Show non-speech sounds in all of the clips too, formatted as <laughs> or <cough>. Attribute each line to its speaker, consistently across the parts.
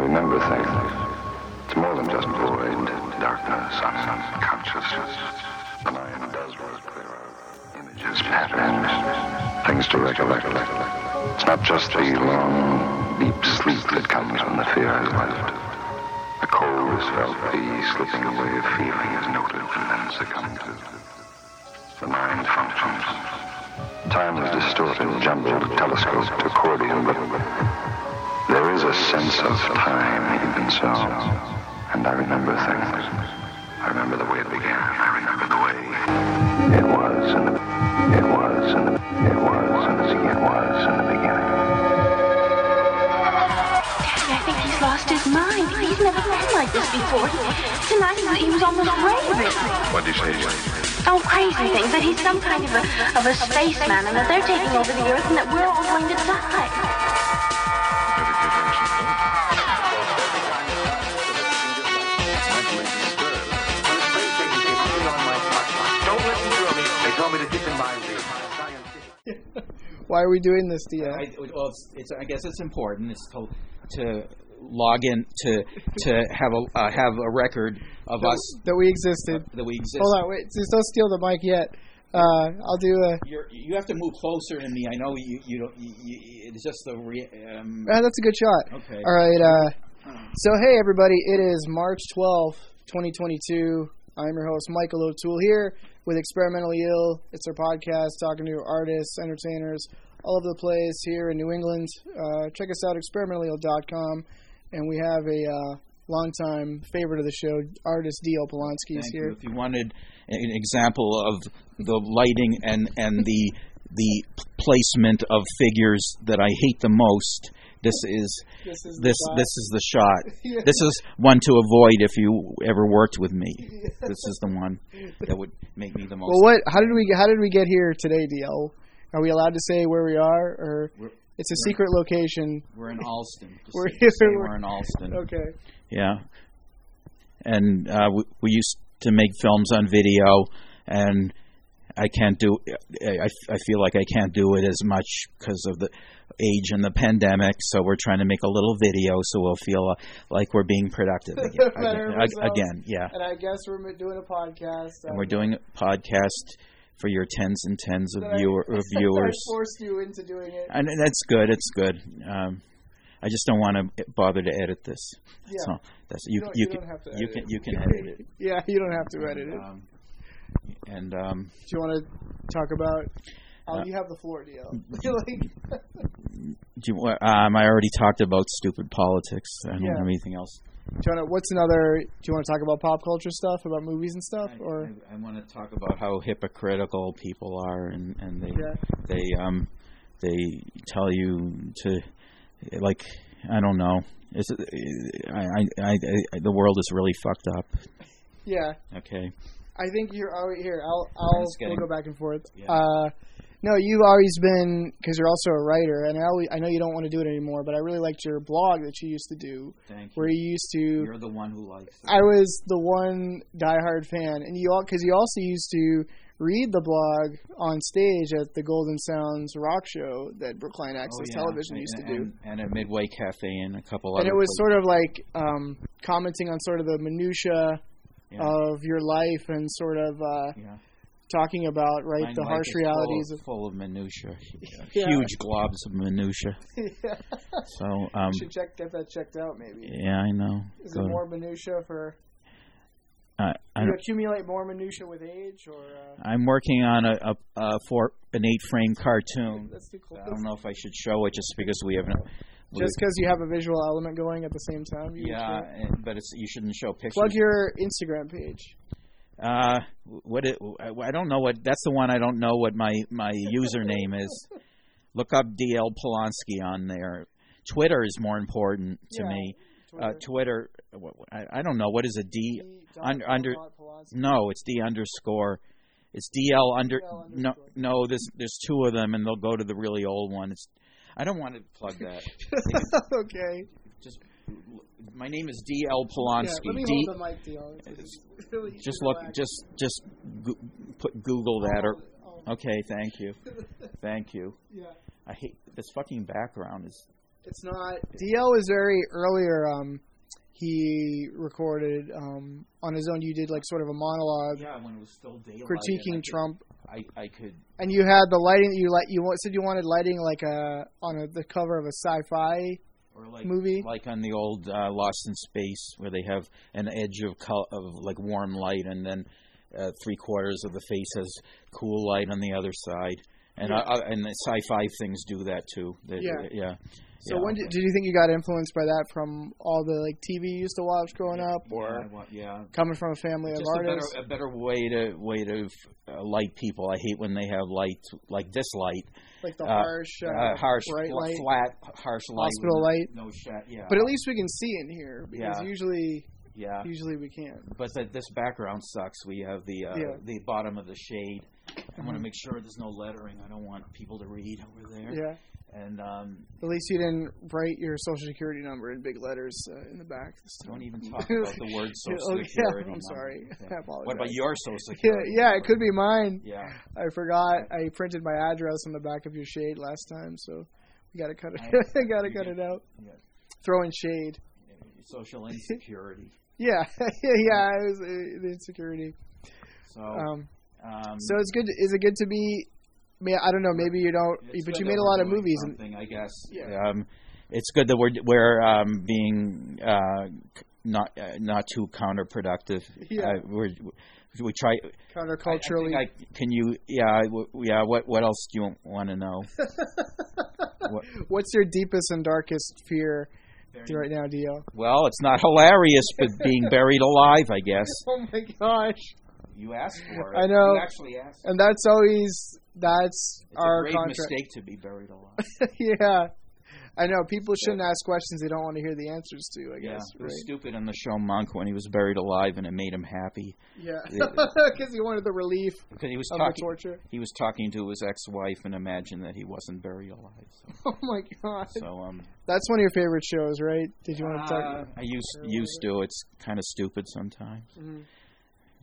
Speaker 1: remember things. It's more than just void, darkness, unconsciousness. The mind does work. There are images, patterns, things to recollect. It's not just the long, deep sleep that comes when the fear has left. The cold is felt, the slipping away of feeling is noted and then succumbed to. The mind functions. Time is distorted, jumbled, telescoped, accordion, but there is a sense of time, even so. And I remember things. I remember the way it began. I remember the way it was in the it was in the it was in the it was in the beginning.
Speaker 2: Daddy, I think he's lost his mind. He's never been like this before. Tonight he, he was almost raving.
Speaker 1: What did you say?
Speaker 2: Oh, crazy things. That he's some kind of a, of a spaceman and that they're taking over the Earth and that we're all going to die.
Speaker 3: Why are we doing this, Dia?
Speaker 4: I, well, it's, it's, I guess it's important. It's to, to log in to to have a uh, have a record of
Speaker 3: that,
Speaker 4: us
Speaker 3: that we existed.
Speaker 4: that we exist.
Speaker 3: Hold on, wait. Just don't steal the mic yet. Uh, I'll do a.
Speaker 4: You're, you have to move closer to me. I know you you don't. You, you, it's just the re, um,
Speaker 3: Ah, that's a good shot.
Speaker 4: okay.
Speaker 3: All right. Uh, so hey everybody, it is March twelfth, 2022. I'm your host Michael O'Toole here with Experimentally Ill. It's our podcast talking to artists, entertainers, all over the place here in New England. Uh, check us out experimentallyil.com, and we have a uh, longtime favorite of the show, artist D.L. Polanski is
Speaker 4: Thank you.
Speaker 3: here.
Speaker 4: If you wanted an example of the lighting and and the the placement of figures that I hate the most, this is
Speaker 3: This is
Speaker 4: this
Speaker 3: the guy.
Speaker 4: this is the
Speaker 3: <laughs>
Speaker 4: shot.
Speaker 3: Yeah.
Speaker 4: This is one to avoid if you ever worked with me. This is the one that would make me the most.
Speaker 3: Well, what? How did we? How did we get here today, DL? Are we allowed to say where we are, or
Speaker 4: We're-
Speaker 3: it's a secret location?
Speaker 4: We're in Alston. Just
Speaker 3: We're-
Speaker 4: say we're in Alston.
Speaker 3: Okay.
Speaker 4: Yeah. And uh, we, we used to make films on video, and I can't do. I, I- I feel like I can't do it as much because of the age and the pandemic. So we're trying to make a little video, so we'll feel uh, like we're being productive again.
Speaker 3: <laughs> Better
Speaker 4: Ag-
Speaker 3: results.
Speaker 4: again, yeah.
Speaker 3: And I guess we're doing a podcast. um,
Speaker 4: And we're doing a podcast for your tens and tens of
Speaker 3: That I-
Speaker 4: viewer of
Speaker 3: <laughs> I
Speaker 4: viewers,
Speaker 3: forced you into doing it.
Speaker 4: and that's good. It's good. Um, I just don't want to bother to edit this.
Speaker 3: Yeah.
Speaker 4: So that's you.
Speaker 3: don't-
Speaker 4: you,
Speaker 3: you
Speaker 4: can,
Speaker 3: don't have to
Speaker 4: you
Speaker 3: edit
Speaker 4: can
Speaker 3: it.
Speaker 4: you can edit it.
Speaker 3: <laughs> yeah, you don't have to edit it.
Speaker 4: Um, and um,
Speaker 3: Do you want to talk about? Oh,
Speaker 4: Uh,
Speaker 3: you have the floor,
Speaker 4: <laughs>
Speaker 3: DL. <laughs> like,
Speaker 4: do you, um, I already talked about stupid politics. I don't
Speaker 3: Yeah.
Speaker 4: have anything else.
Speaker 3: do you want to? What's another? Do you want to talk about pop culture stuff, about movies and stuff, or?
Speaker 4: I, I, want to talk about how hypocritical people are, and and they
Speaker 3: Yeah.
Speaker 4: they um they tell you to like I don't know. It's, uh, I, I, I, I, the world is really fucked up.
Speaker 3: Yeah.
Speaker 4: Okay.
Speaker 3: I think you're all right here. I'll I'll
Speaker 4: just kidding.
Speaker 3: we'll go back and forth.
Speaker 4: Yeah.
Speaker 3: Uh, no, you've always been because you're also a writer, and I always, I know you don't want to do it anymore, but I really liked your blog that you used to do,
Speaker 4: Thank you.
Speaker 3: where you used to.
Speaker 4: You're the one who likes it.
Speaker 3: I was the one diehard fan, and you all because you also used to read the blog on stage at the Golden Sounds rock show that Brookline Access
Speaker 4: Oh, yeah.
Speaker 3: Television used
Speaker 4: and,
Speaker 3: to do.
Speaker 4: And, and at Midway Cafe and a couple
Speaker 3: and
Speaker 4: other
Speaker 3: it was
Speaker 4: places.
Speaker 3: sort of like um, commenting on sort of the minutia
Speaker 4: Yeah.
Speaker 3: of your life and sort of uh,
Speaker 4: Yeah.
Speaker 3: talking about right
Speaker 4: Mine
Speaker 3: the
Speaker 4: life
Speaker 3: harsh
Speaker 4: is
Speaker 3: realities
Speaker 4: full
Speaker 3: of
Speaker 4: of, full of minutia,
Speaker 3: Yeah.
Speaker 4: huge globs of
Speaker 3: <laughs>
Speaker 4: minutia.
Speaker 3: <laughs> yeah.
Speaker 4: So, um,
Speaker 3: should check get that checked out maybe
Speaker 4: yeah, I know.
Speaker 3: is
Speaker 4: Go
Speaker 3: it
Speaker 4: to-
Speaker 3: more minutia for
Speaker 4: I, I
Speaker 3: do you
Speaker 4: don't,
Speaker 3: accumulate more minutia with age or uh,
Speaker 4: I'm working on a, a, a four an eight frame cartoon.
Speaker 3: that's too close
Speaker 4: I don't know if I should show it just because we haven't. we-
Speaker 3: just because you have a visual element going at the same time you
Speaker 4: yeah,
Speaker 3: can't-
Speaker 4: and- but it's you shouldn't show pictures.
Speaker 3: plug your instagram page
Speaker 4: Uh, what it, I I don't know what that's the one I don't know what my my username
Speaker 3: <laughs>
Speaker 4: is. Look up DL Polanski on there. Twitter is more important to
Speaker 3: Yeah,
Speaker 4: me. Uh,
Speaker 3: Twitter.
Speaker 4: Twitter, what- what- I, I don't know what is a D.
Speaker 3: D dot
Speaker 4: un- under-
Speaker 3: Dot Polanski.
Speaker 4: No, it's D underscore. It's DL
Speaker 3: DL
Speaker 4: under. No,
Speaker 3: underscore.
Speaker 4: no. There's there's two of them, and they'll go to the really old one. It's. I don't want to plug
Speaker 3: <laughs>
Speaker 4: that.
Speaker 3: okay
Speaker 4: Just my name is DL
Speaker 3: yeah, let
Speaker 4: Polanski.
Speaker 3: me
Speaker 4: D,
Speaker 3: hold the mic deal It's really
Speaker 4: just look.
Speaker 3: relaxed.
Speaker 4: Just just go, put Google that or.
Speaker 3: Oh,
Speaker 4: Okay, thank you, thank you.
Speaker 3: yeah
Speaker 4: I hate this fucking background. Is
Speaker 3: It's not. DL was very earlier. Um, he recorded um, on his own. You did like sort of a monologue
Speaker 4: Yeah, when it was still daylight.
Speaker 3: critiquing Trump,
Speaker 4: I, I could.
Speaker 3: and you had the lighting. You like you wa- said you wanted lighting like a on a, the cover of a sci-fi.
Speaker 4: Or like,
Speaker 3: Movie?
Speaker 4: like on the old uh, Lost in Space, where they have an edge of col of like warm light, and then uh, three quarters of the face has cool light on the other side, and uh, uh, and the sci-fi things do that too. They-
Speaker 3: Yeah.
Speaker 4: yeah.
Speaker 3: So
Speaker 4: Yeah.
Speaker 3: when did, did you think you got influenced by that from all the like TV you used to watch growing up, or
Speaker 4: Yeah, I wa- yeah,
Speaker 3: coming from a family of
Speaker 4: just a better,
Speaker 3: artists?
Speaker 4: a better way to way to uh, light people. I hate when they have light like this light,
Speaker 3: like the
Speaker 4: uh,
Speaker 3: harsh, uh,
Speaker 4: uh, harsh,
Speaker 3: bright
Speaker 4: fl-
Speaker 3: light.
Speaker 4: flat, harsh light, with
Speaker 3: Hospital
Speaker 4: no-
Speaker 3: light.
Speaker 4: no shot. Yeah,
Speaker 3: But at least we can see in here because
Speaker 4: Yeah.
Speaker 3: usually,
Speaker 4: yeah.
Speaker 3: usually we can't.
Speaker 4: But that this background sucks. We have the uh,
Speaker 3: Yeah. Mm-hmm.
Speaker 4: the bottom of the shade. I want to make sure there's no lettering. I don't want people to read over there.
Speaker 3: Yeah.
Speaker 4: And um,
Speaker 3: At least you didn't write your social security number in big letters uh, in the back. This time.
Speaker 4: don't even
Speaker 3: <laughs>
Speaker 4: talk about the word social
Speaker 3: Oh, <laughs> yeah,
Speaker 4: security.
Speaker 3: I'm
Speaker 4: number.
Speaker 3: sorry.
Speaker 4: Yeah.
Speaker 3: <laughs> I apologize.
Speaker 4: What about your social
Speaker 3: Yeah,
Speaker 4: security?
Speaker 3: yeah, it
Speaker 4: number?
Speaker 3: could be mine.
Speaker 4: Yeah,
Speaker 3: I forgot. I printed my address on the back of your shade last time, so <laughs> we gotta cut it.
Speaker 4: I-
Speaker 3: gotta
Speaker 4: you
Speaker 3: cut
Speaker 4: did.
Speaker 3: it out.
Speaker 4: Yeah.
Speaker 3: Throw in shade. <laughs>
Speaker 4: social insecurity.
Speaker 3: Yeah, <laughs> yeah, yeah. It was uh, the insecurity.
Speaker 4: So,
Speaker 3: Um,
Speaker 4: um,
Speaker 3: so it's good. Is it good to be? I mean, I don't know. Maybe you don't.
Speaker 4: It's
Speaker 3: But
Speaker 4: good
Speaker 3: you
Speaker 4: that
Speaker 3: made a
Speaker 4: we're
Speaker 3: lot of
Speaker 4: doing
Speaker 3: movies, and
Speaker 4: Something, I guess.
Speaker 3: Yeah.
Speaker 4: Um, it's good that we're we're um, being uh, c- not uh, not too counterproductive.
Speaker 3: Yeah.
Speaker 4: Uh, we're, we try. I- I think
Speaker 3: counterculturally.
Speaker 4: I, can you? Yeah. w- Yeah. What What else do you want
Speaker 3: <laughs>
Speaker 4: to know?
Speaker 3: What's your deepest and darkest fear right now,
Speaker 4: <laughs>
Speaker 3: Dio?
Speaker 4: Well, it's not hilarious, but being buried alive, I guess.
Speaker 3: Oh my gosh!
Speaker 4: You asked for it.
Speaker 3: I know.
Speaker 4: You actually asked.
Speaker 3: And that's always that's
Speaker 4: It's
Speaker 3: our
Speaker 4: a grave
Speaker 3: contract.
Speaker 4: mistake to be buried alive.
Speaker 3: <laughs> yeah, I know. People shouldn't ask questions they don't want to hear the answers to. I
Speaker 4: Yeah,
Speaker 3: guess.
Speaker 4: it was stupid on the show Monk when he was buried alive, and it made him happy
Speaker 3: Yeah, <laughs>
Speaker 4: Yeah.
Speaker 3: because he wanted the relief
Speaker 4: because he was
Speaker 3: of the
Speaker 4: talking. <laughs>
Speaker 3: torture.
Speaker 4: he was talking to his ex-wife and imagined that he wasn't buried alive. So,
Speaker 3: <laughs> Oh my god,
Speaker 4: so um,
Speaker 3: that's one of your favorite shows, right? Did you want to talk?
Speaker 4: uh, I used
Speaker 3: Or
Speaker 4: used to. It's kind of stupid sometimes.
Speaker 3: Mhm.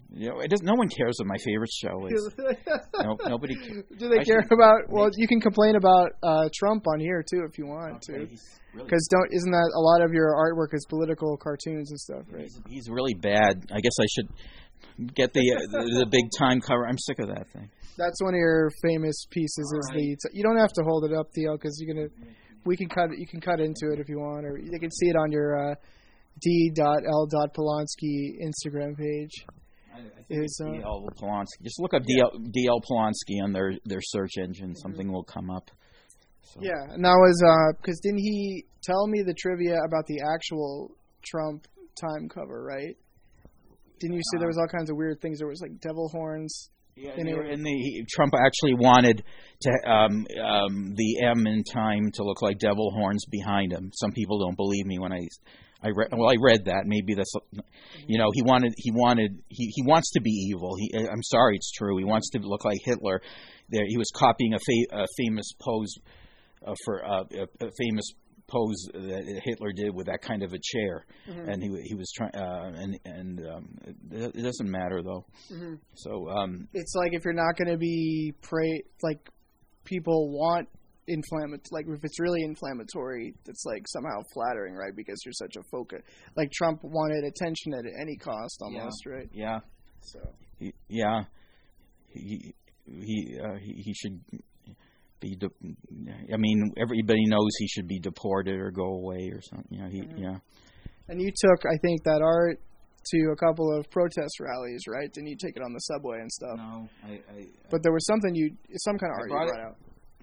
Speaker 4: You know, it does. No one cares what my favorite
Speaker 3: <laughs>
Speaker 4: show is. no, nobody. Cares.
Speaker 3: Do they
Speaker 4: I
Speaker 3: care
Speaker 4: should-
Speaker 3: about? Well, you can complain about uh, Trump on here too if you want to.
Speaker 4: Okay, he's really,
Speaker 3: Because don't isn't that a lot of your artwork is political cartoons and stuff, right?
Speaker 4: he's, he's really bad. I guess I should get the uh, the, the big time cover. I'm sick of that thing.
Speaker 3: That's one of your famous pieces. Is the you don't have to hold it up, Theo, because you're gonna we can cut you can cut into it if you want, or you can see it on your uh, D. L. Polanski Instagram page.
Speaker 4: I, I think
Speaker 3: Is, uh,
Speaker 4: DL Polanski. Just look up DL DL Polanski on their their search engine. Something will come up. So,
Speaker 3: Yeah, and that was because didn't he tell me the trivia about the actual Trump time cover, right? Didn't you see there was all kinds of weird things? There was like devil horns.
Speaker 4: Yeah,
Speaker 3: And
Speaker 4: and, they
Speaker 3: it-
Speaker 4: were- and the Trump actually wanted to um, um, the M in time to look like devil horns behind him. Some people don't believe me when I, I read. Well, I read that. Maybe that's, you know, he wanted he wanted he, he wants to be evil. He, I'm sorry, it's true. He wants to look like Hitler. There, he was copying a, fa- a famous pose uh, for uh, a, a famous pose that Hitler did with that kind of a chair, and he he was trying. Uh, and and um, it, it doesn't matter though. So. Um,
Speaker 3: It's like if you're not going to be pray like people want inflammatory like if it's really inflammatory it's like somehow flattering right because you're such a focus like trump wanted attention at any cost almost right
Speaker 4: Yeah.
Speaker 3: so
Speaker 4: He- Yeah. He he uh, he, he should be. De- I mean, everybody knows he should be deported or go away or something. You know, he yeah.
Speaker 3: and you took i think that art to a couple of protest rallies right didn't you take it on the subway and stuff
Speaker 4: No, I, I
Speaker 3: But there was something you, some kind of
Speaker 4: I
Speaker 3: art you
Speaker 4: brought it-
Speaker 3: brought out.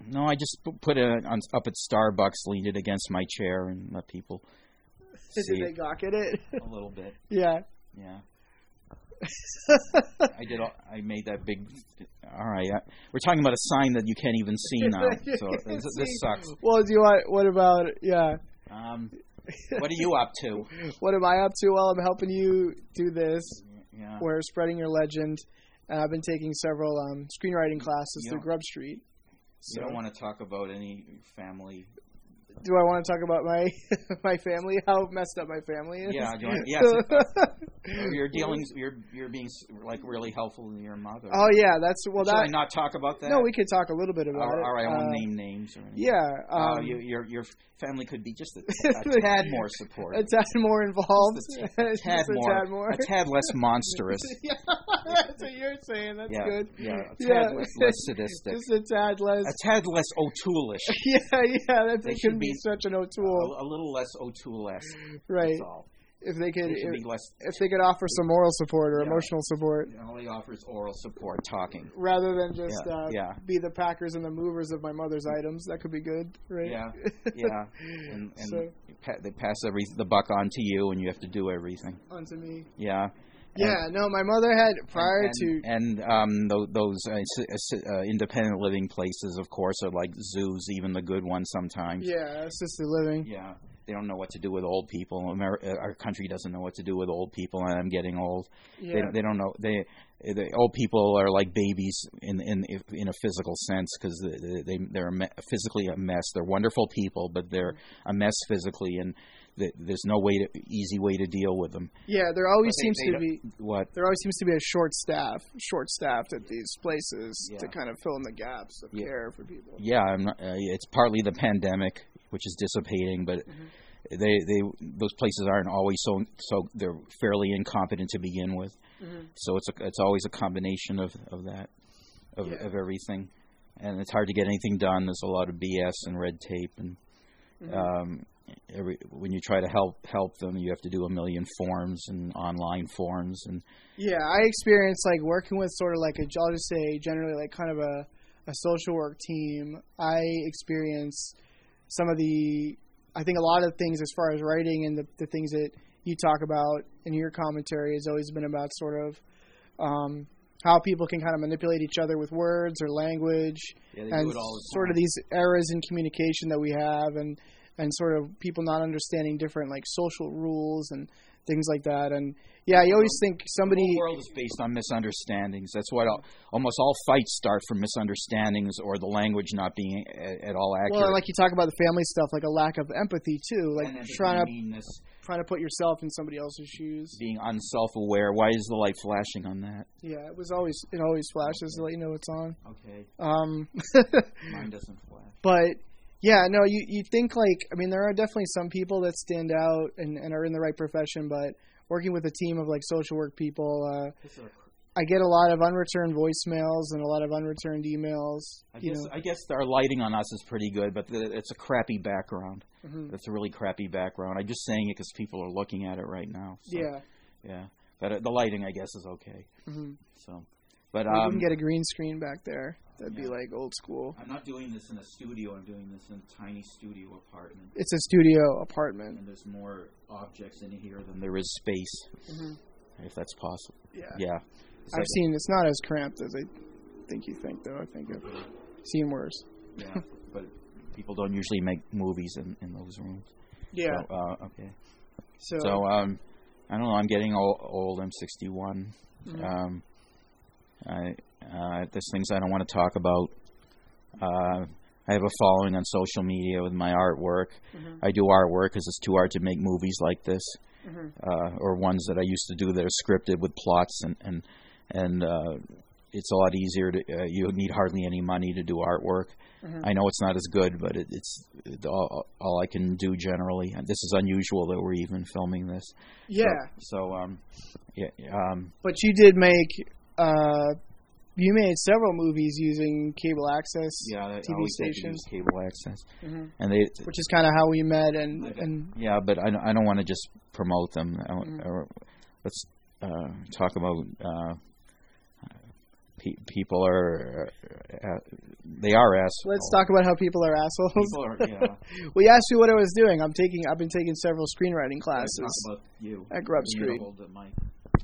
Speaker 4: no, I just pu- put it on up at Starbucks, leaned it against my chair, and let <laughs> people see
Speaker 3: Did they
Speaker 4: it
Speaker 3: gawk at it?
Speaker 4: a little bit.
Speaker 3: <laughs> yeah.
Speaker 4: <laughs> Yeah. I did. All, I made that big. All right, I, we're talking about a sign that you can't even <laughs> see now.
Speaker 3: <laughs>
Speaker 4: So this, this <laughs> sucks.
Speaker 3: Well, do you want? What about? Yeah.
Speaker 4: Um, what are you up to?
Speaker 3: What am I up to? Well, I'm helping you do this.
Speaker 4: Yeah.
Speaker 3: We're spreading your legend. And I've been taking several um, screenwriting classes
Speaker 4: You
Speaker 3: through
Speaker 4: don't-
Speaker 3: Grub Street.
Speaker 4: You don't want to talk about any family
Speaker 3: do I want to talk about my <laughs> my family? How messed up my family is?
Speaker 4: Yeah, you want- yes. You're dealing. You're you're being like really helpful to your mother.
Speaker 3: <laughs> oh yeah, that's well.
Speaker 4: Should I
Speaker 3: That
Speaker 4: not talk about that?
Speaker 3: no, we could talk a little bit about
Speaker 4: All right,
Speaker 3: it.
Speaker 4: all right, I won't
Speaker 3: Uh,
Speaker 4: name names. Or anything.
Speaker 3: Yeah,
Speaker 4: Uh,
Speaker 3: um,
Speaker 4: you, your your family could be
Speaker 3: <laughs>
Speaker 4: just a, a tad more
Speaker 3: a
Speaker 4: supportive.
Speaker 3: tad more involved.
Speaker 4: Just a, a
Speaker 3: <laughs> Just
Speaker 4: tad
Speaker 3: a
Speaker 4: more,
Speaker 3: tad more. <laughs>
Speaker 4: a tad less monstrous.
Speaker 3: yeah, <laughs> that's what you're saying. That's
Speaker 4: yeah,
Speaker 3: good.
Speaker 4: yeah, a tad
Speaker 3: Yeah. <laughs>
Speaker 4: less, less sadistic,
Speaker 3: Just a tad less.
Speaker 4: a tad less O'Toole-ish,
Speaker 3: <laughs> yeah, yeah. That's
Speaker 4: They
Speaker 3: it
Speaker 4: should
Speaker 3: could be,
Speaker 4: be-
Speaker 3: such an
Speaker 4: a,
Speaker 3: O'Toole,
Speaker 4: a little less O'Toole-esque.
Speaker 3: right?
Speaker 4: That's all.
Speaker 3: If they could,
Speaker 4: They should
Speaker 3: if,
Speaker 4: be less.
Speaker 3: if they could offer some moral support or
Speaker 4: Yeah.
Speaker 3: emotional support,
Speaker 4: It only offers oral support, talking.
Speaker 3: rather than just
Speaker 4: Yeah,
Speaker 3: uh,
Speaker 4: yeah.
Speaker 3: be the packers and the movers of my mother's items. That could be good, right? <laughs>
Speaker 4: Yeah, yeah, and, and
Speaker 3: So-
Speaker 4: you pa- they pass every the buck on to you, and you have to do everything.
Speaker 3: Onto me.
Speaker 4: Yeah,
Speaker 3: Yeah, no, my mother had prior
Speaker 4: and,
Speaker 3: to
Speaker 4: and um, tho- those uh, s- s- uh, independent living places, of course, are like zoos, even the good ones sometimes.
Speaker 3: yeah assisted living.
Speaker 4: Yeah, they don't know what to do with old people. Amer- uh, our country doesn't know what to do with old people, and I'm getting old. They,
Speaker 3: Yeah,
Speaker 4: don't- they don't know. They, they old people are like babies in in if- in a physical sense because they, they they're a me- physically a mess. They're wonderful people, but they're a mess physically, and th there's no way to easy way to deal with them.
Speaker 3: yeah. There always
Speaker 4: But they-
Speaker 3: seems
Speaker 4: they
Speaker 3: to
Speaker 4: don't-
Speaker 3: be
Speaker 4: What?
Speaker 3: there always seems to be a short staff, short staffed at these places to
Speaker 4: Yeah.
Speaker 3: kind of fill in the gaps of
Speaker 4: Yeah.
Speaker 3: care for people.
Speaker 4: Yeah, I'm not, uh, it's partly the pandemic, which is dissipating, but they they those places aren't always so so they're fairly incompetent to begin with. So it's a, it's always a combination of of that of
Speaker 3: Yeah.
Speaker 4: of everything, and it's hard to get anything done. There's a lot of BS and red tape, and um, every, when you try to help help them, you have to do a million forms and online forms and
Speaker 3: Yeah, I experienced like working with sort of like a I'll just say generally like kind of a a social work team. I experienced some of the I think a lot of things as far as writing and the the things that you talk about in your commentary has always been about sort of um, how people can kind of manipulate each other with words or language
Speaker 4: yeah,
Speaker 3: and sort of these errors in communication that we have and and sort of people not understanding different like social rules and things like that and yeah you always think somebody
Speaker 4: The whole world is based on misunderstandings. That's why al- almost all fights start from misunderstandings or the language not being a- at all
Speaker 3: well
Speaker 4: accurate.
Speaker 3: and like you talk about the family stuff like a lack of empathy too like
Speaker 4: And empathy,
Speaker 3: trying to
Speaker 4: meanness,
Speaker 3: trying to put yourself in somebody else's shoes
Speaker 4: being unself-aware. Why is the light flashing on that?
Speaker 3: yeah it was always it always flashes to let you know it's on
Speaker 4: Okay,
Speaker 3: um <laughs>
Speaker 4: mine doesn't flash.
Speaker 3: but yeah, no, you, you think like I mean there are definitely some people that stand out and, and are in the right profession, but working with a team of like social work people, uh, I get a lot of unreturned voicemails and a lot of unreturned emails.
Speaker 4: I
Speaker 3: you
Speaker 4: guess,
Speaker 3: know,
Speaker 4: I guess our lighting on us is pretty good, but the, it's a crappy background.
Speaker 3: Mhm.
Speaker 4: That's a really crappy background. I'm just saying it because people are looking at it right now. So,
Speaker 3: yeah,
Speaker 4: yeah. But uh, the lighting, I guess, is okay.
Speaker 3: Mhm.
Speaker 4: So, but
Speaker 3: I
Speaker 4: um,
Speaker 3: can get a green screen back there. That'd be
Speaker 4: Yeah.
Speaker 3: like old school.
Speaker 4: I'm not doing this in a studio. I'm doing this in a tiny studio apartment.
Speaker 3: It's a studio apartment.
Speaker 4: and there's more objects in here than there is space, if that's possible.
Speaker 3: Mm-hmm. Yeah,
Speaker 4: Yeah.
Speaker 3: I've seen it's not as cramped as I think you think though. I think I've seen worse.
Speaker 4: yeah, but people don't usually make movies in, in those rooms.
Speaker 3: Yeah,
Speaker 4: So, uh, okay.
Speaker 3: so,
Speaker 4: So um, I don't know. I'm getting old. old I'm 61. Um, I uh, there's things I don't want to talk about. Uh, I have a following on social media with my artwork. I do artwork because it's too hard to make movies like this, uh, or ones that I used to do that are scripted with plots and and and uh, it's a lot easier. To, uh, you need hardly any money to do artwork. I know it's not as good, but it, it's it, all, all I can do generally. And This is unusual that we're even filming this.
Speaker 3: yeah.
Speaker 4: So, so um, yeah, um,
Speaker 3: But you did make uh, you made several movies using cable access,
Speaker 4: yeah, I
Speaker 3: TV
Speaker 4: always had to
Speaker 3: stations,
Speaker 4: use cable access,
Speaker 3: Mhm.
Speaker 4: and they
Speaker 3: which is kind of how we met, and and
Speaker 4: Yeah, but I, don't- I don't want to just promote them. I, don't-
Speaker 3: Mm-hmm.
Speaker 4: or, let's uh, talk about uh, pe- people are uh, they are assholes.
Speaker 3: let's talk about how people are assholes.
Speaker 4: People are <laughs> yeah. Let's
Speaker 3: Well, you asked me what I was doing. I'm taking I've been taking several screenwriting
Speaker 4: talk
Speaker 3: classes.
Speaker 4: about you.
Speaker 3: at Grub
Speaker 4: You need to
Speaker 3: Street.
Speaker 4: hold the mic.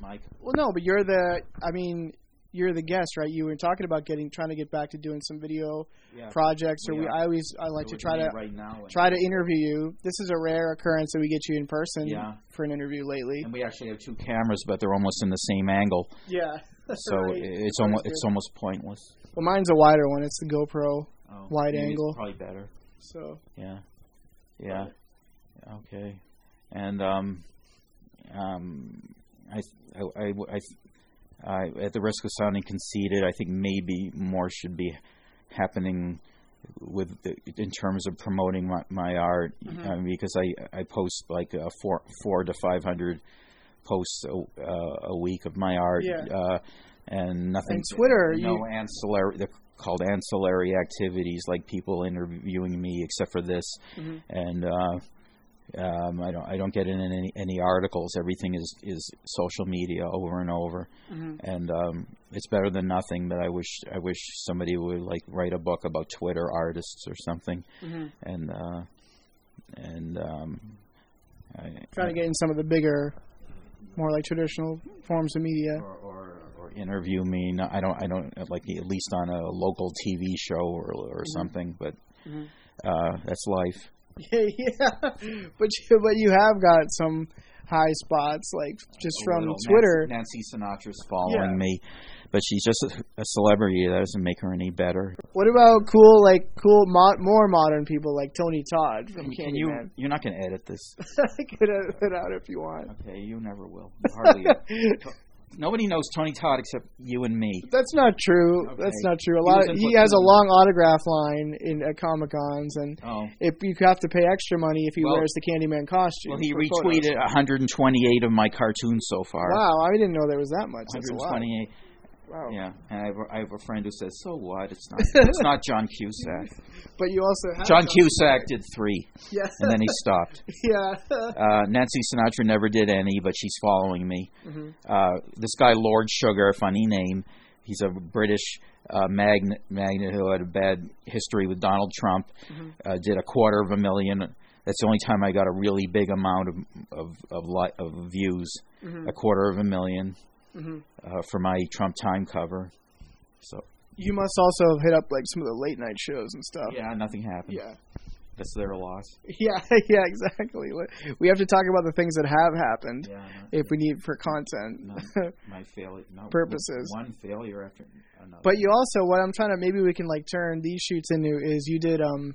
Speaker 4: Mic.
Speaker 3: Well, no, but you're the I mean. You're the guest, right? You were talking about getting, trying to get back to doing some video
Speaker 4: Yeah.
Speaker 3: projects, or we.
Speaker 4: Yeah.
Speaker 3: I always, I like to
Speaker 4: So we're
Speaker 3: try
Speaker 4: doing
Speaker 3: to
Speaker 4: it right now. and-
Speaker 3: try to interview you. This is a rare occurrence that we get you in person
Speaker 4: Yeah.
Speaker 3: for an interview lately.
Speaker 4: And we actually have two cameras, but they're almost in the same angle,
Speaker 3: Yeah. <laughs>
Speaker 4: so
Speaker 3: Right.
Speaker 4: it's
Speaker 3: That's
Speaker 4: almost
Speaker 3: good.
Speaker 4: it's almost pointless.
Speaker 3: Well, mine's a wider one. It's the GoPro,
Speaker 4: Oh,
Speaker 3: Wide
Speaker 4: maybe it's
Speaker 3: angle.
Speaker 4: probably better.
Speaker 3: so
Speaker 4: Yeah. Yeah. Okay. And um, um, I, I, I, I, at the risk of sounding conceited, I think maybe more should be happening with in terms of promoting my, my art uh, because I I post like uh, four four to five hundred posts a, uh, a week of my art
Speaker 3: Yeah.
Speaker 4: uh, and nothing
Speaker 3: And Twitter,
Speaker 4: no
Speaker 3: you-
Speaker 4: ancillary they're called ancillary activities like people interviewing me except for this
Speaker 3: Mm-hmm.
Speaker 4: and uh, um, I don't I don't get in any, any articles everything is is social media over and over
Speaker 3: Mm-hmm.
Speaker 4: and um, it's better than nothing. But I wish I wish somebody would like write a book about Twitter artists or something,
Speaker 3: Mm-hmm.
Speaker 4: and uh, and um, I,
Speaker 3: Trying to get in some of the bigger, more like traditional forms of media.
Speaker 4: or, or
Speaker 3: uh,
Speaker 4: or interview me. No, I don't I don't like at least on a local TV show or or
Speaker 3: Mm-hmm.
Speaker 4: something. But uh, that's life.
Speaker 3: <laughs> yeah, but you, but you have got some high spots like just from
Speaker 4: Little
Speaker 3: Twitter.
Speaker 4: Nancy, Nancy Sinatra's following
Speaker 3: Yeah.
Speaker 4: me, but she's just a, a celebrity. That doesn't make her any better.
Speaker 3: What about cool like cool mo- more modern people like Tony Todd from
Speaker 4: Can
Speaker 3: <laughs>
Speaker 4: you?
Speaker 3: Candyman?
Speaker 4: You're not going to
Speaker 3: <laughs>
Speaker 4: edit this.
Speaker 3: I could edit it out if you want. <laughs>
Speaker 4: Okay, you never will. You Hardly. Nobody knows Tony Todd except you and me.
Speaker 3: That's not true. That's
Speaker 4: Okay.
Speaker 3: not true. A
Speaker 4: He
Speaker 3: lot
Speaker 4: was
Speaker 3: of,
Speaker 4: in
Speaker 3: he has a
Speaker 4: Platoon.
Speaker 3: long autograph line in at Comic Cons, and
Speaker 4: Oh.
Speaker 3: if you have to pay extra money if he
Speaker 4: Well-
Speaker 3: wears the Candyman costume.
Speaker 4: Well, he
Speaker 3: for
Speaker 4: retweeted
Speaker 3: photos.
Speaker 4: 128 of my cartoons so far.
Speaker 3: Wow, I didn't know there was that much. That's a lot.
Speaker 4: 128.
Speaker 3: Wow.
Speaker 4: Yeah, and I have, a- I have a friend who says, "So what?
Speaker 3: <laughs>
Speaker 4: It's not. It's not John Cusack.
Speaker 3: But you also have
Speaker 4: John Cusack did three,
Speaker 3: <laughs> Yeah.
Speaker 4: and then he stopped."
Speaker 3: <laughs> yeah.
Speaker 4: Uh, Nancy Sinatra never did any, but she's following me.
Speaker 3: Mm-hmm.
Speaker 4: Uh, this guy, Lord Sugar, funny name. He's a British uh, magnet, magnet who had a bad history with Donald Trump.
Speaker 3: Mm-hmm.
Speaker 4: Uh, did a quarter of a million. That's the only time I got a really big amount of of of, li- of views.
Speaker 3: Mm-hmm.
Speaker 4: A quarter of a 1000000 uh, for my Trump Time cover. So
Speaker 3: You must also have hit up like some of the late night shows and stuff.
Speaker 4: yeah, nothing happened.
Speaker 3: Yeah. <laughs>
Speaker 4: That's their loss.
Speaker 3: Yeah, <laughs> yeah, exactly. We have to talk about the things that have happened if we need for content.
Speaker 4: my failure. No,
Speaker 3: Purposes.
Speaker 4: One failure after
Speaker 3: <laughs>
Speaker 4: another.
Speaker 3: but you also, what I'm trying to, maybe we can like turn these shoots into is you did um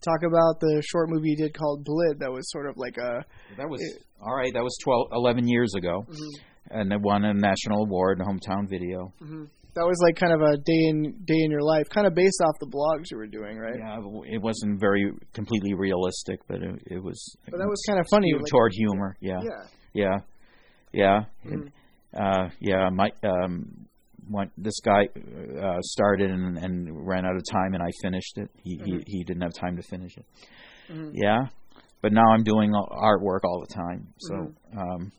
Speaker 3: talk about the short movie you did called Blid that was sort of like a
Speaker 4: That was all right. That was 12, 11 years ago,
Speaker 3: Mm-hmm.
Speaker 4: and it won a national award in hometown video.
Speaker 3: that was like kind of a day in day in your life, kind of based off the blogs you were doing, right?
Speaker 4: Yeah, it wasn't very completely realistic, but it, it was.
Speaker 3: But that was kind of funny.
Speaker 4: skewed
Speaker 3: Like,
Speaker 4: toward humor. Yeah,
Speaker 3: yeah, Mm-hmm.
Speaker 4: yeah, yeah, uh, yeah. My um, one, this guy uh, started and, and ran out of time, and I finished it. He
Speaker 3: Mm-hmm.
Speaker 4: he, he didn't have time to finish it. Yeah, but now I'm doing all- artwork all the time, so
Speaker 3: Mm-hmm.
Speaker 4: um,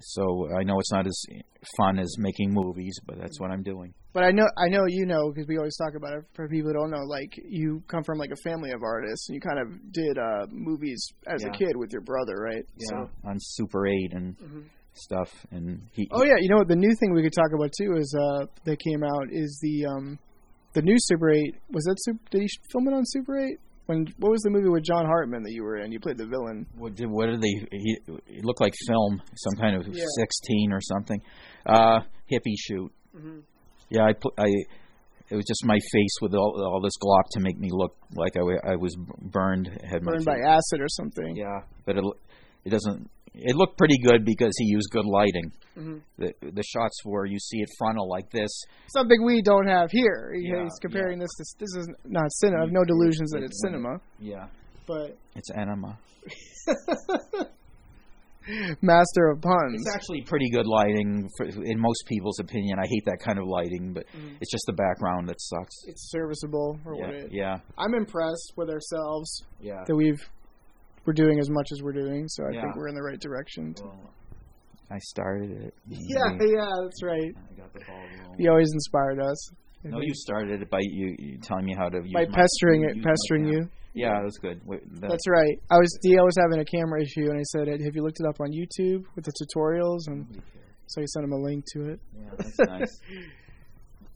Speaker 4: so I know it's not as fun as making movies, but that's what I'm doing.
Speaker 3: but I know I know you know because we always talk about it for people who don't know. Like you come from like a family of artists, and you kind of did uh movies as a
Speaker 4: Yeah.
Speaker 3: kid with your brother, right? So-
Speaker 4: on Super Eight and stuff, and he
Speaker 3: Oh yeah, you know what? The new thing we could talk about too is uh that came out is the um the new Super Eight. Was that Super? Did he film it on Super Eight? When what was the movie with John Hartman that you were in? You played the villain.
Speaker 4: what did what did they? He, it looked like film, some kind of
Speaker 3: Yeah.
Speaker 4: sixteen or something. Uh, hippie shoot.
Speaker 3: Mm-hmm.
Speaker 4: Yeah, I, pl- I it was just my face with all, all this glock to make me look like I, wa- I was b- burned. Had my
Speaker 3: Burned by
Speaker 4: face.
Speaker 3: acid or something.
Speaker 4: Yeah, but it l- it doesn't. It looked pretty good because he used good lighting.
Speaker 3: Mm-hmm.
Speaker 4: The the shots were you see it frontal like this.
Speaker 3: Something we don't have here. He-
Speaker 4: Yeah, Mm-hmm.
Speaker 3: He's comparing this. to... This is not cinema. I have no delusions that it's cinema.
Speaker 4: Yeah,
Speaker 3: But
Speaker 4: it's enema.
Speaker 3: <laughs> master of puns.
Speaker 4: It's actually pretty good lighting for, in most people's opinion. I hate that kind of lighting, but it's just the background that sucks.
Speaker 3: Mm-hmm. It's serviceable for
Speaker 4: Yeah,
Speaker 3: what it.
Speaker 4: yeah,
Speaker 3: I'm impressed with ourselves
Speaker 4: yeah.
Speaker 3: that we've we're doing as much as we're doing. So I
Speaker 4: Yeah.
Speaker 3: think we're in the right direction. to-
Speaker 4: I started it.
Speaker 3: yeah, yeah, that's right.
Speaker 4: I got the ball rolling.
Speaker 3: He always inspired us.
Speaker 4: No, you started it by you, you telling me how to use
Speaker 3: by
Speaker 4: my-
Speaker 3: pestering
Speaker 4: use
Speaker 3: it,
Speaker 4: my
Speaker 3: pestering
Speaker 4: camera.
Speaker 3: you.
Speaker 4: Yeah, that's good. Wait, that-
Speaker 3: That's right. I was Dio was having a camera issue, and I said, "Have you looked it up on YouTube with the tutorials?" And so he sent him a link to it.
Speaker 4: <laughs> yeah, that's
Speaker 3: <laughs>
Speaker 4: nice.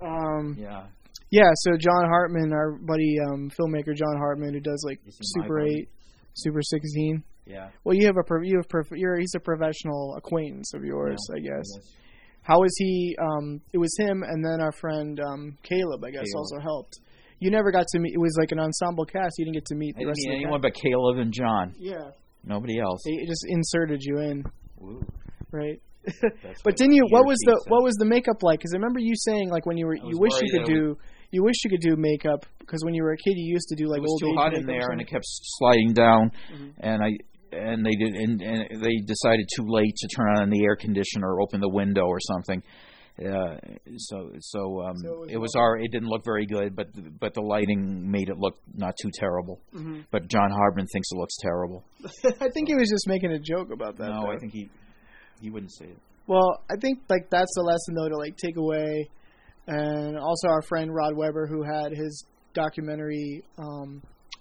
Speaker 3: Um,
Speaker 4: Yeah,
Speaker 3: yeah. So John Hartman, our buddy um, filmmaker John Hartman, who does like
Speaker 4: He's my
Speaker 3: Super
Speaker 4: buddy.
Speaker 3: Eight, Super Sixteen.
Speaker 4: yeah.
Speaker 3: Well, you have a pro- you have prof- you're, he's a professional acquaintance of yours, I guess.
Speaker 4: Yes.
Speaker 3: How was he? Um, it was him, and then our friend um, Caleb, I guess,
Speaker 4: Caleb.
Speaker 3: also helped. you never got to meet. It was like an ensemble cast. You didn't get to meet the
Speaker 4: I didn't
Speaker 3: rest
Speaker 4: meet
Speaker 3: of the
Speaker 4: anyone but Caleb and John.
Speaker 3: cast. Yeah,
Speaker 4: Nobody else.
Speaker 3: they just inserted you in,
Speaker 4: Ooh,
Speaker 3: right?
Speaker 4: that's
Speaker 3: But didn't you? What was the
Speaker 4: Earpiece,
Speaker 3: what was the makeup like? Because I remember you saying like when you were, you
Speaker 4: was
Speaker 3: wish you could
Speaker 4: worried that it
Speaker 3: do, you wish you could do makeup because when you were a kid you used to do like
Speaker 4: it was
Speaker 3: old
Speaker 4: too
Speaker 3: age
Speaker 4: hot in
Speaker 3: makeup or
Speaker 4: there,
Speaker 3: something.
Speaker 4: and it kept sliding down.
Speaker 3: Mhm.
Speaker 4: And I and they did and, and they decided too late to turn on the air conditioner or open the window or something. Uh, so so, um,
Speaker 3: So it was
Speaker 4: it was our it didn't look very good, but the- but the lighting made it look not too terrible.
Speaker 3: Mhm.
Speaker 4: But John Harbin thinks it looks terrible.
Speaker 3: <laughs> I think he was just making a joke about that.
Speaker 4: No,
Speaker 3: though.
Speaker 4: I think he he wouldn't say it.
Speaker 3: Well, I think like that's the lesson though to like take away, and also our friend Rod Weber who had his documentary um,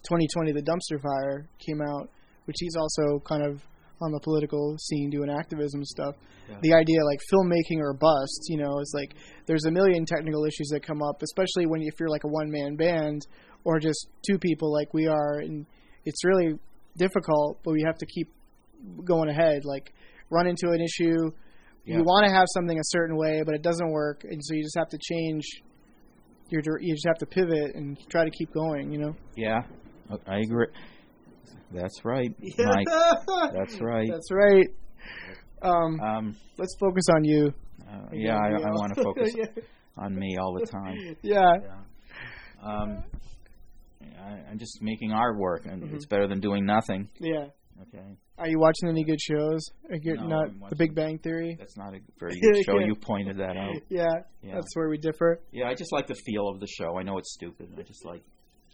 Speaker 3: 2020: The Dumpster Fire came out, which he's also kind of on the political scene doing activism stuff.
Speaker 4: Yeah.
Speaker 3: The idea like filmmaking or bust, you know, is like there's a million technical issues that come up, especially when if you're like a one man band or just two people like we are, and it's really difficult, but we have to keep going ahead. Like run into an issue,
Speaker 4: Yeah.
Speaker 3: you want to have something a certain way, but it doesn't work, and so you just have to change. Your dir- you just have to pivot and try to keep going. You know.
Speaker 4: Yeah, Uh, I- I agree.
Speaker 3: <laughs>
Speaker 4: That's right, Mike. That's right.
Speaker 3: That's right. Um,
Speaker 4: Um,
Speaker 3: let's focus on you.
Speaker 4: uh, yeah, I, I want
Speaker 3: <laughs>
Speaker 4: to focus
Speaker 3: yeah.
Speaker 4: on me all the time.
Speaker 3: yeah.
Speaker 4: Um, I, I'm just making artwork, and
Speaker 3: Mm-hmm.
Speaker 4: it's better than doing nothing.
Speaker 3: Yeah. <laughs>
Speaker 4: Okay,
Speaker 3: Are you watching any good shows? Are you
Speaker 4: No,
Speaker 3: not
Speaker 4: I'm
Speaker 3: The
Speaker 4: watching-
Speaker 3: Big Bang Theory?
Speaker 4: that's not a very good show.
Speaker 3: Yeah.
Speaker 4: You pointed that out.
Speaker 3: <laughs> Yeah,
Speaker 4: Yeah,
Speaker 3: that's where we differ.
Speaker 4: yeah. I just like the feel of the show. I know it's stupid. I just like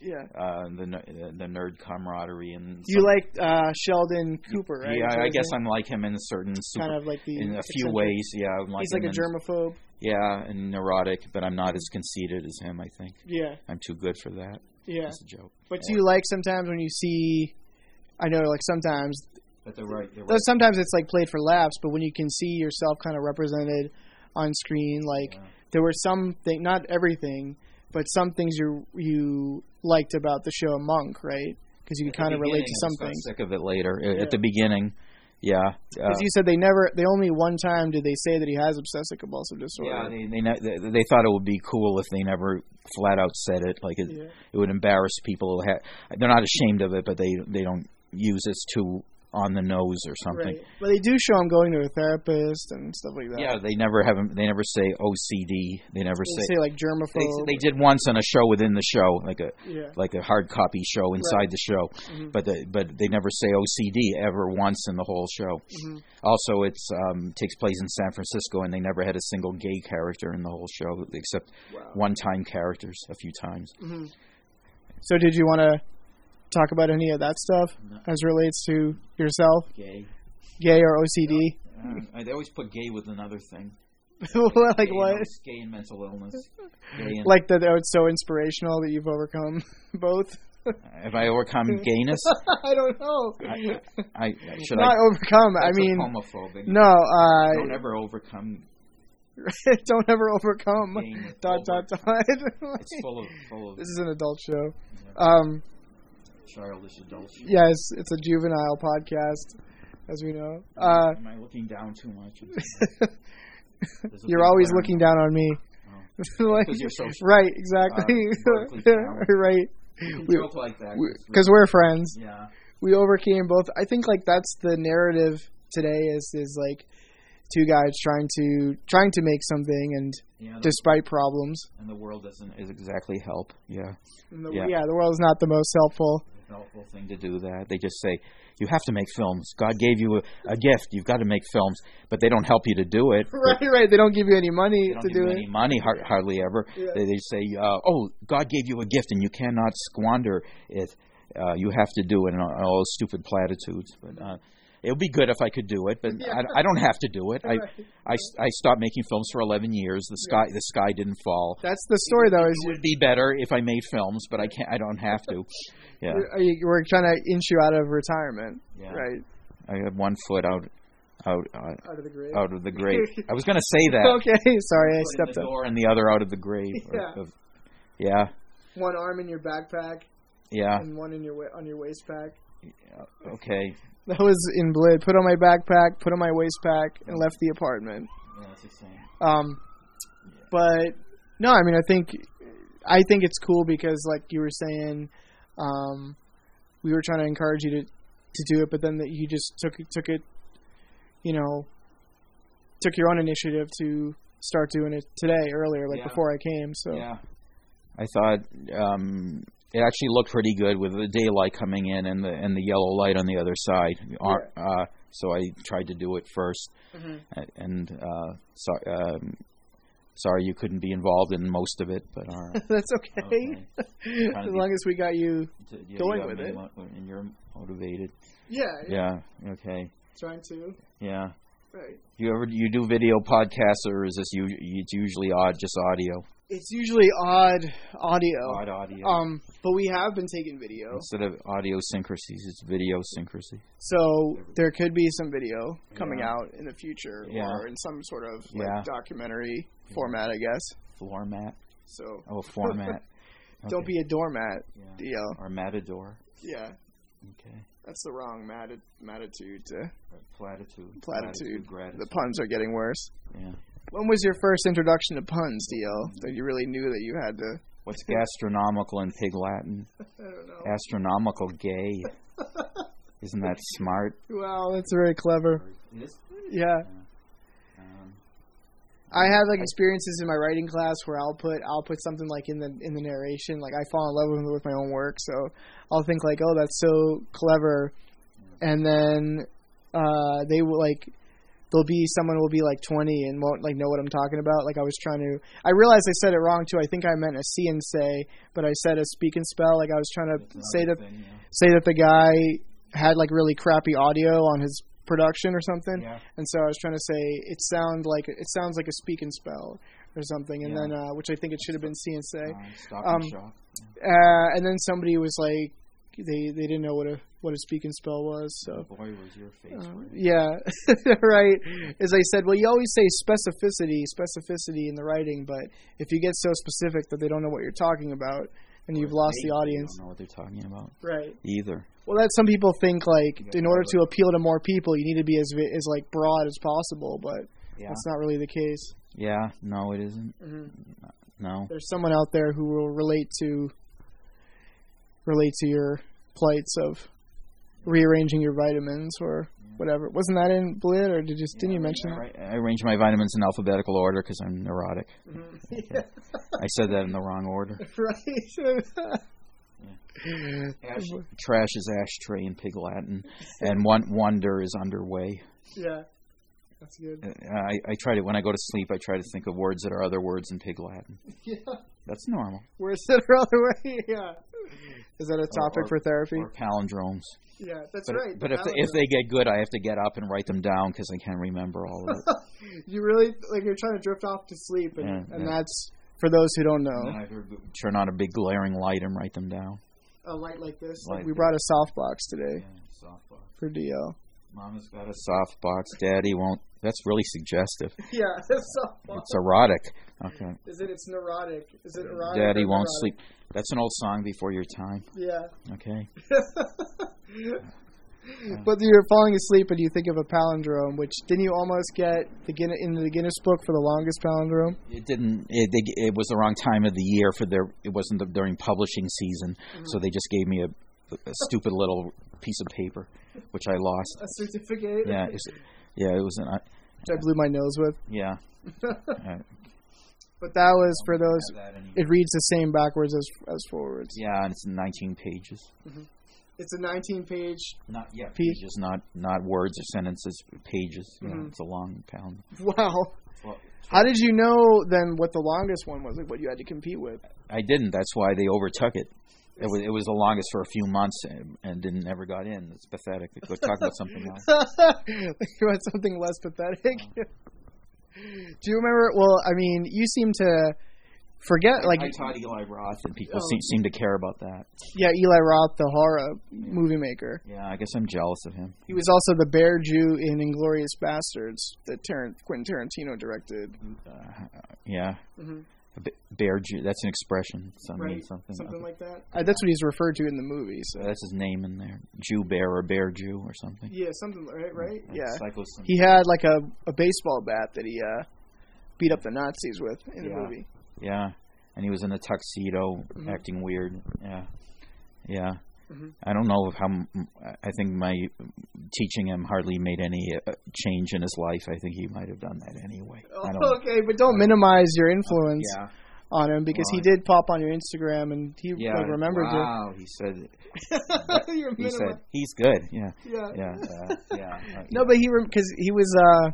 Speaker 3: Yeah.
Speaker 4: uh, the ner- the the nerd camaraderie and
Speaker 3: You like uh, Sheldon Cooper, right? Is
Speaker 4: Yeah,
Speaker 3: that
Speaker 4: I
Speaker 3: his
Speaker 4: guess
Speaker 3: name?
Speaker 4: I'm like him in a certain super,
Speaker 3: kind of like the
Speaker 4: in a few
Speaker 3: eccentric-
Speaker 4: ways. Yeah, I'm like
Speaker 3: He's like
Speaker 4: him
Speaker 3: a
Speaker 4: in-
Speaker 3: germaphobe.
Speaker 4: Yeah, and neurotic, but I'm not as conceited as him. I think
Speaker 3: Yeah,
Speaker 4: I'm too good for that.
Speaker 3: yeah.
Speaker 4: That's a joke.
Speaker 3: But do you like sometimes when you see? I know, like sometimes,
Speaker 4: But they're right. They're
Speaker 3: though sometimes it's like played for laughs. But when you can see yourself kind of represented on screen, like
Speaker 4: Yeah.
Speaker 3: there were some thing, not everything, but some things you you liked about the show Monk, right? Because you could kind of relate to some
Speaker 4: something.
Speaker 3: things.
Speaker 4: Sick of it later. At-
Speaker 3: Yeah.
Speaker 4: At the beginning, yeah. Uh,
Speaker 3: Because you said they never, they only one time did they say that he has obsessive compulsive
Speaker 4: yeah,
Speaker 3: disorder.
Speaker 4: they, they ne- they they thought it would be cool if they never flat out said it. Like it,
Speaker 3: Yeah.
Speaker 4: it would embarrass people. who ha- They're not ashamed of it, but they they don't use this too on the nose or something.
Speaker 3: right. But they do show him going to a therapist and stuff like that.
Speaker 4: Yeah, they never have. 'em- They never say OCD. They never
Speaker 3: They
Speaker 4: say.
Speaker 3: say like
Speaker 4: They,
Speaker 3: germaphobe.
Speaker 4: they did once on a show within the show, like a
Speaker 3: yeah.
Speaker 4: like a hard copy show inside the show,
Speaker 3: Mhm.
Speaker 4: but the, but they never say OCD ever once in the whole show.
Speaker 3: Mhm.
Speaker 4: Also, it's um, takes place in San Francisco, and they never had a single gay character in the whole show except
Speaker 3: Wow.
Speaker 4: one-time characters a few times.
Speaker 3: So did you want to talk about any of that stuff as relates to yourself,
Speaker 4: Gay.
Speaker 3: gay or OCD?
Speaker 4: Uh, they always put gay with another <laughs> thing.
Speaker 3: Well, <laughs> like
Speaker 4: Gay
Speaker 3: what?
Speaker 4: And, gay and mental illness. Gay and,
Speaker 3: Like that oh, it's so inspirational that you've overcome <laughs> both.
Speaker 4: have I overcome gayness?
Speaker 3: I don't know.
Speaker 4: I, I, I- should
Speaker 3: Not
Speaker 4: I?
Speaker 3: overcome. I
Speaker 4: that's
Speaker 3: mean,
Speaker 4: homophobic.
Speaker 3: no. Uh, <laughs>
Speaker 4: Don't ever overcome.
Speaker 3: don't ever overcome. <laughs>
Speaker 4: Being
Speaker 3: Dot
Speaker 4: over-
Speaker 3: dot dot. <laughs>
Speaker 4: It's full of full <laughs> of
Speaker 3: this is an adult show. Um,
Speaker 4: childish adults.
Speaker 3: yes, it's a juvenile podcast, as we know. Uh, <laughs>
Speaker 4: Am I looking down too <laughs> much? There's a
Speaker 3: you're
Speaker 4: big
Speaker 3: always
Speaker 4: learn-
Speaker 3: looking down on me. <laughs> like,
Speaker 4: Oh. Because you're so uh,
Speaker 3: right, exactly.
Speaker 4: vertically sound.
Speaker 3: <laughs> right.
Speaker 4: you
Speaker 3: we-
Speaker 4: joke like that. 'cause
Speaker 3: Because we're friends.
Speaker 4: we- yeah,
Speaker 3: We overcame both. I think like that's the narrative today is is like two guys trying to trying to make something and
Speaker 4: yeah, the-
Speaker 3: despite problems.
Speaker 4: and the world doesn't is exactly help. Yeah,
Speaker 3: And the, yeah.
Speaker 4: Yeah.
Speaker 3: the world is not the most
Speaker 4: <laughs>
Speaker 3: helpful.
Speaker 4: it's a helpful thing to do that. They just say you have to make films. God gave you a, a gift. You've got to make films, but they don't help you to do it.
Speaker 3: Right, right. They don't give you any money
Speaker 4: They don't
Speaker 3: to
Speaker 4: give you
Speaker 3: do
Speaker 4: any
Speaker 3: it.
Speaker 4: money har- hardly ever.
Speaker 3: Yeah.
Speaker 4: They, they say, uh, "Oh, God gave you a gift, and you cannot squander it. Uh, you have to do it." And all, all those stupid platitudes. But uh, it would be good if I could do it, but I, I don't have to
Speaker 3: <laughs>
Speaker 4: do it. I,
Speaker 3: Right.
Speaker 4: I, I stopped making films for 11 years. The sky the sky didn't fall.
Speaker 3: That's the story though. Is
Speaker 4: It would be better if I made films, but I can't. I don't have
Speaker 3: <laughs>
Speaker 4: to. Yeah,
Speaker 3: you, are you, we're trying to inch you out of retirement,
Speaker 4: yeah.
Speaker 3: right?
Speaker 4: I have one foot out, out, uh,
Speaker 3: Out of the grave.
Speaker 4: out of
Speaker 3: <laughs>
Speaker 4: the grave. I was gonna say that.
Speaker 3: okay, sorry, I
Speaker 4: Foot in
Speaker 3: stepped
Speaker 4: the
Speaker 3: up.
Speaker 4: door and the other out of the grave.
Speaker 3: <laughs>
Speaker 4: or-
Speaker 3: Yeah.
Speaker 4: of- yeah,
Speaker 3: One arm in your backpack
Speaker 4: yeah.
Speaker 3: and one in your wa- on your waist pack.
Speaker 4: Okay.
Speaker 3: <laughs> That was in Blid. Put on my backpack, put on my waist pack, and left the apartment.
Speaker 4: Yeah, that's the same.
Speaker 3: Um, but no, I mean, I think I think it's cool because, like you were saying, um, we were trying to encourage you to, to do it, but then that you just took took it, you know, took your own initiative to start doing it today earlier, like
Speaker 4: Yeah.
Speaker 3: before I came. So
Speaker 4: Yeah. I thought um, it actually looked pretty good with the daylight coming in and the and the yellow light on the other side. Ar- Uh, so I tried to do it 1st
Speaker 3: Mm-hmm.
Speaker 4: A- and uh, so, um, sorry you couldn't be involved in most of it, but uh, all right.
Speaker 3: <laughs> that's okay.
Speaker 4: Okay. Kinda
Speaker 3: as long as we got you,
Speaker 4: You- you
Speaker 3: Going
Speaker 4: got
Speaker 3: with
Speaker 4: me
Speaker 3: it.
Speaker 4: mo- and you're motivated.
Speaker 3: yeah,
Speaker 4: Yeah. Okay.
Speaker 3: trying to
Speaker 4: Yeah.
Speaker 3: right.
Speaker 4: You ever you do video podcasts or is this you? It's usually odd, just audio.
Speaker 3: It's usually odd audio.
Speaker 4: Odd audio.
Speaker 3: Um, but we have been taking video,
Speaker 4: Instead of audio syncrasies, it's video syncrasies.
Speaker 3: so there could be some video coming
Speaker 4: Yeah.
Speaker 3: out in the future,
Speaker 4: Yeah.
Speaker 3: or in some sort of like,
Speaker 4: Yeah.
Speaker 3: documentary format, I guess.
Speaker 4: Format.
Speaker 3: So <laughs>
Speaker 4: Oh, format.
Speaker 3: don't be a doormat,
Speaker 4: Yeah.
Speaker 3: Dio.
Speaker 4: Or matador.
Speaker 3: Yeah,
Speaker 4: Okay.
Speaker 3: that's the wrong mati- matitude. To,
Speaker 4: Platitude.
Speaker 3: Platitude.
Speaker 4: Gratitude.
Speaker 3: the puns are getting worse.
Speaker 4: Yeah.
Speaker 3: When was your first introduction to puns, Dio? That you really knew that you had to.
Speaker 4: What's gastronomical in Pig Latin?
Speaker 3: I don't know.
Speaker 4: Astronomical
Speaker 3: <laughs>
Speaker 4: gay. Isn't that smart?
Speaker 3: Wow, that's very clever. Yeah.
Speaker 4: Um,
Speaker 3: I had like experiences in my writing class where I'll put I'll put something like in the in the narration. Like I fall in love with, with my own work, so I'll think like, oh, that's so clever, and then uh, they will like there'll be someone will be like 20 and won't like know what I'm talking about. Like I was trying to I realized I said it wrong too. I think I meant a see and say, but I said a speak and spell. Like I was trying to say that
Speaker 4: thing, yeah.
Speaker 3: say that the guy had like really crappy audio on his production or something
Speaker 4: Yeah.
Speaker 3: and so I was trying to say it sound like it sounds like a speak and spell or something, and
Speaker 4: Yeah.
Speaker 3: then uh, which I think it should have been C and say,
Speaker 4: Um, stop
Speaker 3: Um,
Speaker 4: and shop.
Speaker 3: uh, and then somebody was like they they didn't know what a what a speak and spell was, so.
Speaker 4: Boy, was your face
Speaker 3: uh,
Speaker 4: red.
Speaker 3: yeah, <laughs> right. As I said, well, you always say specificity, specificity in the writing, but if you get so specific that they don't know what you're talking about, and you've lost
Speaker 4: They
Speaker 3: the audience,
Speaker 4: Don't know what they're talking about
Speaker 3: right?
Speaker 4: either.
Speaker 3: Well, that's some people think like
Speaker 4: You gotta
Speaker 3: in
Speaker 4: know
Speaker 3: order
Speaker 4: that.
Speaker 3: to appeal to more people, you need to be as vi- as like broad as possible, but
Speaker 4: Yeah.
Speaker 3: that's not really the case.
Speaker 4: Yeah. No, it isn't.
Speaker 3: Mm-hmm.
Speaker 4: No.
Speaker 3: there's someone out there who will relate to relate to your plights of rearranging your vitamins or whatever. Wasn't that in Blit or did you didn't you mention
Speaker 4: I,
Speaker 3: that?
Speaker 4: I arrange my vitamins in alphabetical order because I'm neurotic. I said that in the wrong order.
Speaker 3: <laughs> Right. <laughs>
Speaker 4: Trash is ashtray in Pig Latin, and one wonder is underway.
Speaker 3: yeah. That's good.
Speaker 4: Uh, I, I try to when I go to sleep. I try to think of words that are other words in Pig Latin.
Speaker 3: <laughs> Yeah.
Speaker 4: That's normal.
Speaker 3: <laughs> Where's it or other way? <laughs> Yeah. Is that a topic
Speaker 4: or-
Speaker 3: for therapy?
Speaker 4: Or palindromes.
Speaker 3: yeah, that's
Speaker 4: But,
Speaker 3: right.
Speaker 4: but if they, if they get good, I have to get up and write them down because I can't remember all of it.
Speaker 3: <laughs> you really like you're trying to drift off to sleep and,
Speaker 4: Yeah,
Speaker 3: and
Speaker 4: yeah. Mm-hmm.
Speaker 3: that's for those who don't know.
Speaker 4: And I turn on a big glaring light and write them down.
Speaker 3: A light like this. Like
Speaker 4: Light
Speaker 3: we
Speaker 4: like
Speaker 3: brought a softbox today
Speaker 4: softbox.
Speaker 3: for DL.
Speaker 4: Mama's got a softbox. Daddy won't. That's really suggestive.
Speaker 3: <laughs> Yeah, softbox.
Speaker 4: It's erotic. Okay.
Speaker 3: Is it? It's neurotic. Is it erotic?
Speaker 4: Daddy
Speaker 3: or
Speaker 4: won't
Speaker 3: neurotic?
Speaker 4: sleep. That's an old song before your time.
Speaker 3: Yeah.
Speaker 4: Okay.
Speaker 3: <laughs>
Speaker 4: Mm.
Speaker 3: But you're falling asleep and you think of a palindrome, which didn't you almost get the Guinness, in the Guinness Book for the longest palindrome?
Speaker 4: It didn't. It, they, it was the wrong time of the year for their. It wasn't the, during publishing season, so they just gave me a, a stupid little piece of paper, which I lost.
Speaker 3: A certificate. <laughs>
Speaker 4: Yeah. It's, yeah. It was an. I-
Speaker 3: Which I blew my nose with.
Speaker 4: Yeah.
Speaker 3: But that was for those.
Speaker 4: That anyway.
Speaker 3: It reads the same backwards as as forwards.
Speaker 4: Yeah, and it's 19 pages.
Speaker 3: It's a 19 page.
Speaker 4: Not yeah,
Speaker 3: Page.
Speaker 4: pages, not not words or sentences. Pages. Yeah,
Speaker 3: Mhm.
Speaker 4: it's a long pound.
Speaker 3: Wow. How did you know then what the longest one was? Like what you had to compete with? <laughs>
Speaker 4: I didn't. That's why they overtook it. It was it was the longest for a few months and, and didn't ever got in. It's pathetic. Go talk about
Speaker 3: <laughs>
Speaker 4: something else.
Speaker 3: you want something less pathetic? Do you remember? Well, I mean, you seem to forget. Like,
Speaker 4: I taught Eli Roth, and people
Speaker 3: Oh.
Speaker 4: seem, seem to care about that.
Speaker 3: yeah, Eli Roth, the horror movie maker.
Speaker 4: Yeah, I guess I'm jealous of him.
Speaker 3: He was also the bear Jew in *Inglorious Bastards* that Tarant- Quentin Tarantino directed.
Speaker 4: Yeah,
Speaker 3: Mhm.
Speaker 4: A ba- bear Jew. That's an expression. So I mean something. okay.
Speaker 3: like that. Uh, that's what he's referred to in the movie. So
Speaker 4: that's his name in there. Jew bear or bear Jew or something.
Speaker 3: yeah, something right, right? Yeah,
Speaker 4: Psychosim-
Speaker 3: he had like a, a baseball bat that he uh, beat up the Nazis with in the
Speaker 4: Yeah.
Speaker 3: movie.
Speaker 4: yeah. and he was in a tuxedo,
Speaker 3: Mhm.
Speaker 4: acting weird. Yeah, yeah.
Speaker 3: Mhm.
Speaker 4: I don't know how. m- I think my teaching him hardly made any uh, change in his life. I think he might have done that anyway. I don't.
Speaker 3: Oh, Okay, but don't minimize your influence
Speaker 4: Yeah.
Speaker 3: on him because he
Speaker 4: Right.
Speaker 3: did pop on your Instagram and he
Speaker 4: Yeah.
Speaker 3: like, remembered <laughs>
Speaker 4: wow. He said.
Speaker 3: you. You're
Speaker 4: He said
Speaker 3: minimi-
Speaker 4: he's good.
Speaker 3: <laughs>
Speaker 4: Yeah.
Speaker 3: yeah.
Speaker 4: Yeah. Uh, yeah. uh,
Speaker 3: No, but he because he was uh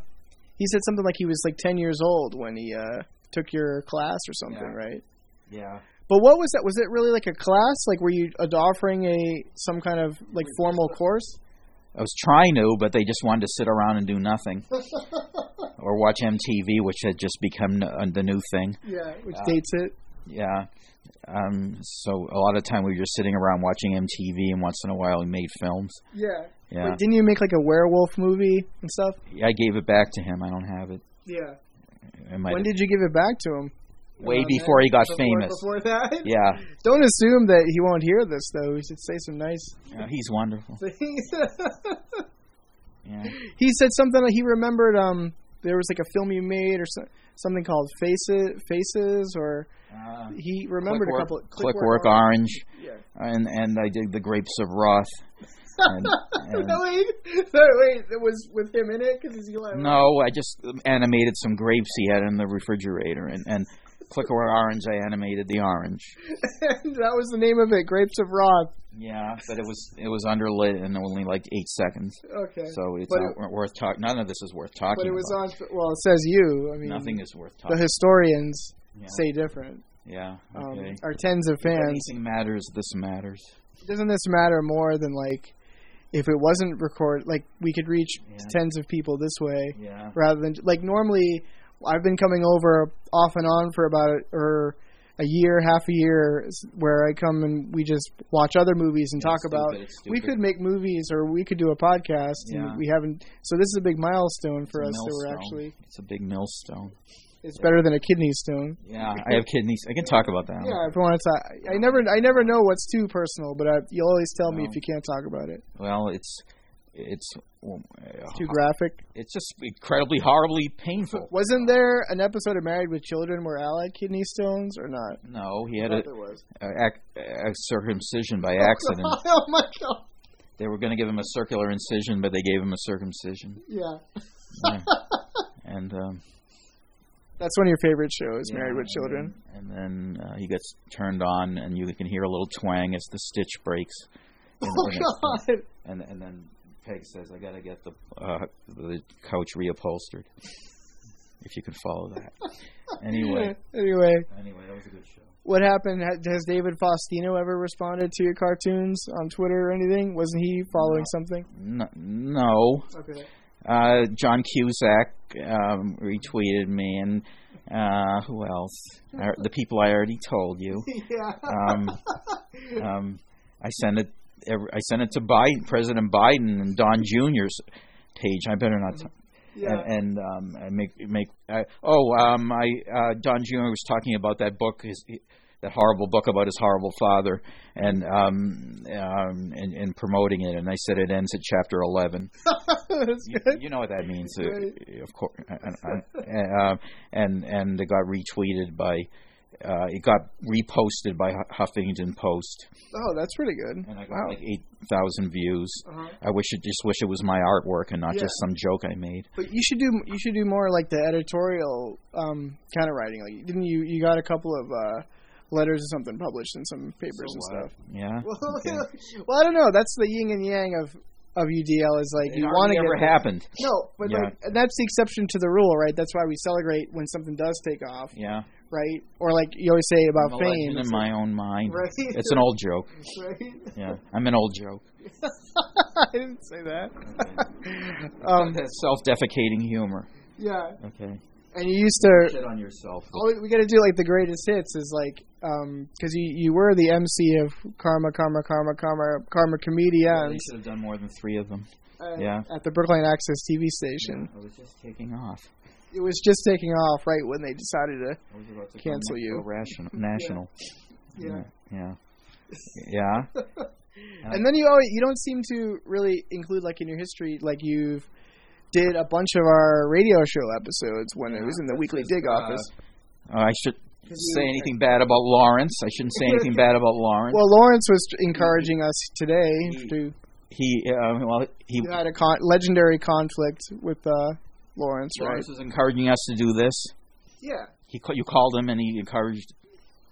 Speaker 3: he said something like he was like ten years old when he uh took your class or something,
Speaker 4: Yeah.
Speaker 3: right?
Speaker 4: Yeah.
Speaker 3: But what was that? Was it really like a class? Like were you ad- offering a some kind of like formal course?
Speaker 4: I was trying to, but they just wanted to sit around and do nothing,
Speaker 3: <laughs>
Speaker 4: or watch MTV, which had just become uh, the new thing.
Speaker 3: Yeah, which
Speaker 4: Yeah.
Speaker 3: dates it.
Speaker 4: Yeah. Um, so a lot of time we were just sitting around watching MTV, and once in a while we made films.
Speaker 3: Yeah.
Speaker 4: Yeah,
Speaker 3: Wait, didn't you make like a werewolf movie and stuff?
Speaker 4: I gave it back to him. I don't have it.
Speaker 3: Yeah.
Speaker 4: It might
Speaker 3: When did you give it back to him?
Speaker 4: way
Speaker 3: Around
Speaker 4: before
Speaker 3: then?
Speaker 4: he got
Speaker 3: Before-
Speaker 4: famous.
Speaker 3: Before that.
Speaker 4: Yeah,
Speaker 3: Don't assume that he won't hear this though. We should say some nice
Speaker 4: Uh, he's wonderful.
Speaker 3: things. <laughs>
Speaker 4: Yeah,
Speaker 3: he said something that he remembered um there was like a film you made or so, something called faces faces or
Speaker 4: uh,
Speaker 3: he remembered
Speaker 4: Clickwork-
Speaker 3: a couple
Speaker 4: Click Work Orange,
Speaker 3: Yeah.
Speaker 4: and and I did the Grapes of Wrath.
Speaker 3: <laughs>
Speaker 4: And,
Speaker 3: <laughs>
Speaker 4: and-
Speaker 3: no, wait, no, wait, it was with him in it because he's like
Speaker 4: No, I just animated some grapes he had in the refrigerator, and and click or orange. I animated the orange.
Speaker 3: <laughs> that was the name of it, Grapes of Wrath.
Speaker 4: Yeah, but it was it was underlit and only like eight seconds,
Speaker 3: Okay,
Speaker 4: so it's
Speaker 3: But
Speaker 4: not wor- worth talking. None of this is worth talking.
Speaker 3: but it was
Speaker 4: about.
Speaker 3: on. Well, it says you. I mean,
Speaker 4: Nothing is worth
Speaker 3: The
Speaker 4: talking.
Speaker 3: historians
Speaker 4: Yeah.
Speaker 3: say different.
Speaker 4: yeah.
Speaker 3: Um,
Speaker 4: Okay.
Speaker 3: Our tens of
Speaker 4: If
Speaker 3: fans.
Speaker 4: anything matters. This matters.
Speaker 3: Doesn't this matter more than like if it wasn't record? Like we could reach
Speaker 4: Yeah.
Speaker 3: tens of people this way.
Speaker 4: Yeah.
Speaker 3: rather than like normally I've been coming over off and on for about or a year, half a year, s- where I come and we just watch other movies and
Speaker 4: Yeah,
Speaker 3: talk
Speaker 4: it's
Speaker 3: about.
Speaker 4: stupid, it's
Speaker 3: We
Speaker 4: stupid.
Speaker 3: could make movies, or we could do a podcast,
Speaker 4: Yeah.
Speaker 3: and we haven't. So this is a big milestone for
Speaker 4: It's a
Speaker 3: us that we're
Speaker 4: millstone.
Speaker 3: actually.
Speaker 4: It's a big millstone.
Speaker 3: It's better than a kidney stone.
Speaker 4: Yeah, I have kidneys. I can talk about that.
Speaker 3: Yeah, if you want to talk, I never, I never know what's too personal, but I, you'll always tell me
Speaker 4: No.
Speaker 3: if you can't talk about it.
Speaker 4: Well, it's it's well, uh, <laughs>
Speaker 3: Too graphic.
Speaker 4: it's just incredibly horribly painful.
Speaker 3: Wasn't there an episode of Married with Children where Al had kidney stones or not?
Speaker 4: No, he had
Speaker 3: I
Speaker 4: a,
Speaker 3: thought there was.
Speaker 4: a, ac- a
Speaker 3: <laughs>
Speaker 4: circumcision by accident.
Speaker 3: oh my god.
Speaker 4: they were going to give him a circular incision, but they gave him a circumcision.
Speaker 3: Yeah.
Speaker 4: Yeah. and um,
Speaker 3: That's one of your favorite shows,
Speaker 4: yeah,
Speaker 3: Married with
Speaker 4: and
Speaker 3: Children.
Speaker 4: then- And then uh, he gets turned on, and you can hear a little twang as the stitch breaks. And,
Speaker 3: Oh
Speaker 4: and,
Speaker 3: god.
Speaker 4: and, and then Peg says, "I got to get the uh, the couch reupholstered." If you can follow
Speaker 3: <laughs>
Speaker 4: that. Anyway,
Speaker 3: Anyway,
Speaker 4: anyway, that was a good show.
Speaker 3: what happened? Ha- Has David Faustino ever responded to your cartoons on Twitter or anything? Wasn't he following something?
Speaker 4: No, no.
Speaker 3: Okay.
Speaker 4: Uh, John Cusack um, retweeted me, and uh, who else? Uh, the people I already told you.
Speaker 3: <laughs> yeah.
Speaker 4: Um, um, I sent it. every- I sent it to Biden, President Biden, and Don Jr.'s page. I better not. T-
Speaker 3: Yeah.
Speaker 4: And, and um, I make make. I, oh, um, I uh, Don Jr. was talking about that book. His, that horrible book about his horrible father, and um, um, and, and promoting it, and I said it ends at chapter eleven
Speaker 3: <laughs> That's
Speaker 4: you,
Speaker 3: good.
Speaker 4: you know what that means, uh,
Speaker 3: Right.
Speaker 4: of course. And, and, uh, and and it got retweeted by, uh, it got reposted by Hu- Huffington Post,
Speaker 3: Oh, that's pretty good.
Speaker 4: and I got
Speaker 3: Wow.
Speaker 4: like eight thousand views.
Speaker 3: Uh-huh.
Speaker 4: I wish it just wish it was my artwork and not
Speaker 3: Yeah.
Speaker 4: just some joke I made.
Speaker 3: But you should do you should do more like the editorial um, kind of writing. Like, didn't you you got a couple of uh, letters or something published in some papers and
Speaker 4: <laughs>
Speaker 3: stuff?
Speaker 4: Yeah.
Speaker 3: Well, <laughs>
Speaker 4: Okay. <laughs>
Speaker 3: well, I don't know. That's the yin and yang of of UDL. Is like
Speaker 4: It
Speaker 3: you want to
Speaker 4: hardly
Speaker 3: get
Speaker 4: ever happened.
Speaker 3: no, but
Speaker 4: Yeah.
Speaker 3: like and that's the exception to the rule, right? That's why we celebrate when something does take off,
Speaker 4: Yeah.
Speaker 3: right? Or like you always say about
Speaker 4: I'm a
Speaker 3: fame,
Speaker 4: legend in my own mind.
Speaker 3: Right.
Speaker 4: <laughs> It's an old joke.
Speaker 3: <laughs> right? <laughs>
Speaker 4: Yeah. I'm an old joke.
Speaker 3: I didn't say that. <laughs> um,
Speaker 4: That's <laughs> self-defecating humor.
Speaker 3: yeah,
Speaker 4: Okay.
Speaker 3: and you used to.
Speaker 4: Shit on yourself.
Speaker 3: always- We got to do like the greatest hits is like because you you were the MC of Karma Karma Karma Karma Karma
Speaker 4: They
Speaker 3: Comedians
Speaker 4: should have done more than three of them.
Speaker 3: uh,
Speaker 4: yeah.
Speaker 3: at the Brooklyn Access TV station.
Speaker 4: I was just taking off.
Speaker 3: It was just taking off right when they decided to
Speaker 4: I was about to go
Speaker 3: Cancel
Speaker 4: next
Speaker 3: you.
Speaker 4: to
Speaker 3: <laughs>
Speaker 4: Rational, national.
Speaker 3: Yeah. <laughs>
Speaker 4: Yeah. Yeah.
Speaker 3: And then you always you don't seem to really include like in your history like you've did a bunch of our radio show episodes when it was in the weekly dig office.
Speaker 4: Uh, I should say anything bad about Lawrence. I shouldn't say anything bad about Lawrence.
Speaker 3: Well, Lawrence was encouraging us today to.
Speaker 4: he uh, well he
Speaker 3: You had a con- legendary conflict with uh, Lawrence, right?
Speaker 4: Lawrence was encouraging us to do this.
Speaker 3: Yeah.
Speaker 4: He ca- you called him and he encouraged.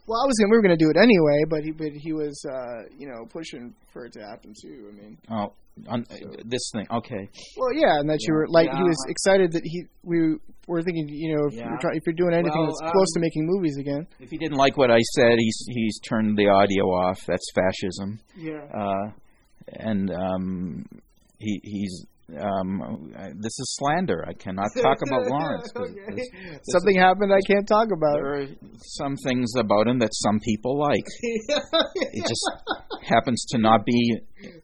Speaker 3: Well, I was gonna, we were going to do it anyway, but he but he was uh, you know pushing for it to happen too. I mean,
Speaker 4: Oh, on, this thing. Okay.
Speaker 3: well, yeah, and that you were like he
Speaker 4: Yeah.
Speaker 3: was excited that he we were thinking you know if,
Speaker 4: Yeah.
Speaker 3: you're, try, if you're doing anything
Speaker 4: Well, um,
Speaker 3: that's close to making movies again.
Speaker 4: If he didn't like what I said, he's he's turned the audio off. That's fascism.
Speaker 3: Yeah.
Speaker 4: Uh, and um, he he's um, I- this is slander. I cannot Uh, talk
Speaker 3: <laughs>
Speaker 4: about Lawrence. <laughs> 'cause this-
Speaker 3: Something happened I can't talk about.
Speaker 4: there are some things about him that some people like.
Speaker 3: <laughs>
Speaker 4: It just happens to not be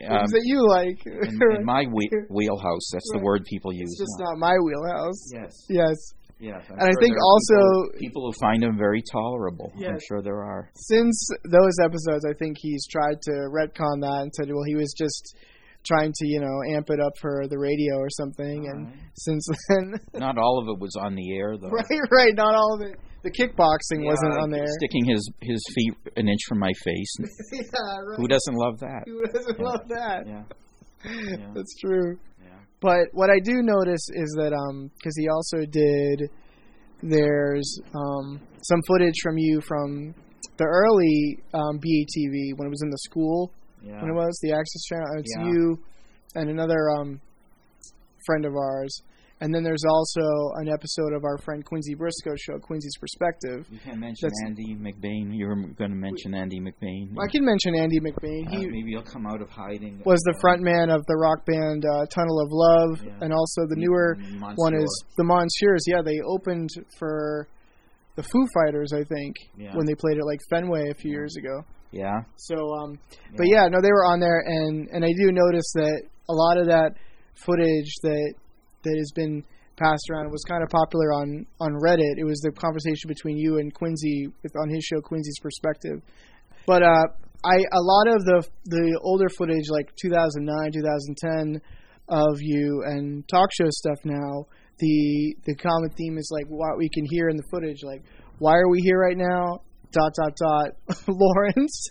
Speaker 4: um,
Speaker 3: Things that you like.
Speaker 4: in,
Speaker 3: <laughs>
Speaker 4: in my whe- wheelhouse. That's the word people use.
Speaker 3: it's just not my wheelhouse. <laughs>
Speaker 4: yes,
Speaker 3: Yes.
Speaker 4: yes. I'm
Speaker 3: And I
Speaker 4: sure
Speaker 3: think
Speaker 4: there are
Speaker 3: also
Speaker 4: people, people who find him very tolerable.
Speaker 3: Yeah.
Speaker 4: I'm sure there are.
Speaker 3: since those episodes, I think he's tried to retcon that and said, well, he was just trying to, you know, amp it up for the radio or something. And since then, <laughs>
Speaker 4: Not all of it was on the air though.
Speaker 3: right, right, not all of it. The kickboxing wasn't
Speaker 4: Yeah,
Speaker 3: on there.
Speaker 4: Sticking his his feet an inch from my face.
Speaker 3: <laughs> yeah, right.
Speaker 4: <laughs> Who doesn't love
Speaker 3: <laughs>
Speaker 4: that?
Speaker 3: Who doesn't love that?
Speaker 4: Yeah.
Speaker 3: That's true.
Speaker 4: Yeah.
Speaker 3: But what I do notice is that um, because he also did, there's um some footage from you from the early um, BATV when it was in the school
Speaker 4: Yeah.
Speaker 3: when it was the Access Channel. and It's
Speaker 4: Yeah.
Speaker 3: you and another um, friend of ours. And then there's also an episode of our friend Quincy Briscoe show, Quincy's Perspective.
Speaker 4: You can't mention
Speaker 3: That's-
Speaker 4: Andy McBain. You were going to mention Andy McBain.
Speaker 3: I can mention Andy McBain.
Speaker 4: Uh,
Speaker 3: He
Speaker 4: maybe he'll come out of hiding.
Speaker 3: was the frontman of the rock band uh, Tunnel of Love,
Speaker 4: Yeah.
Speaker 3: and also the newer
Speaker 4: Monsieur.
Speaker 3: one is the Monsieurs. Yeah, they opened for the Foo Fighters, I think,
Speaker 4: Yeah.
Speaker 3: when they played at like Fenway a few years ago.
Speaker 4: Yeah.
Speaker 3: So, um, but yeah, no, they were on there, and and I do notice that a lot of that footage that that has been passed around was kind of popular on on Reddit. It was the conversation between you and Quincy with, on his show, Quincy's perspective. But uh, I a lot of the the older footage, like 2009, 2010, of you and talk show stuff now. The the common theme is like what we can hear in the footage, like why are we here right now? Dot dot dot. <laughs> Lawrence,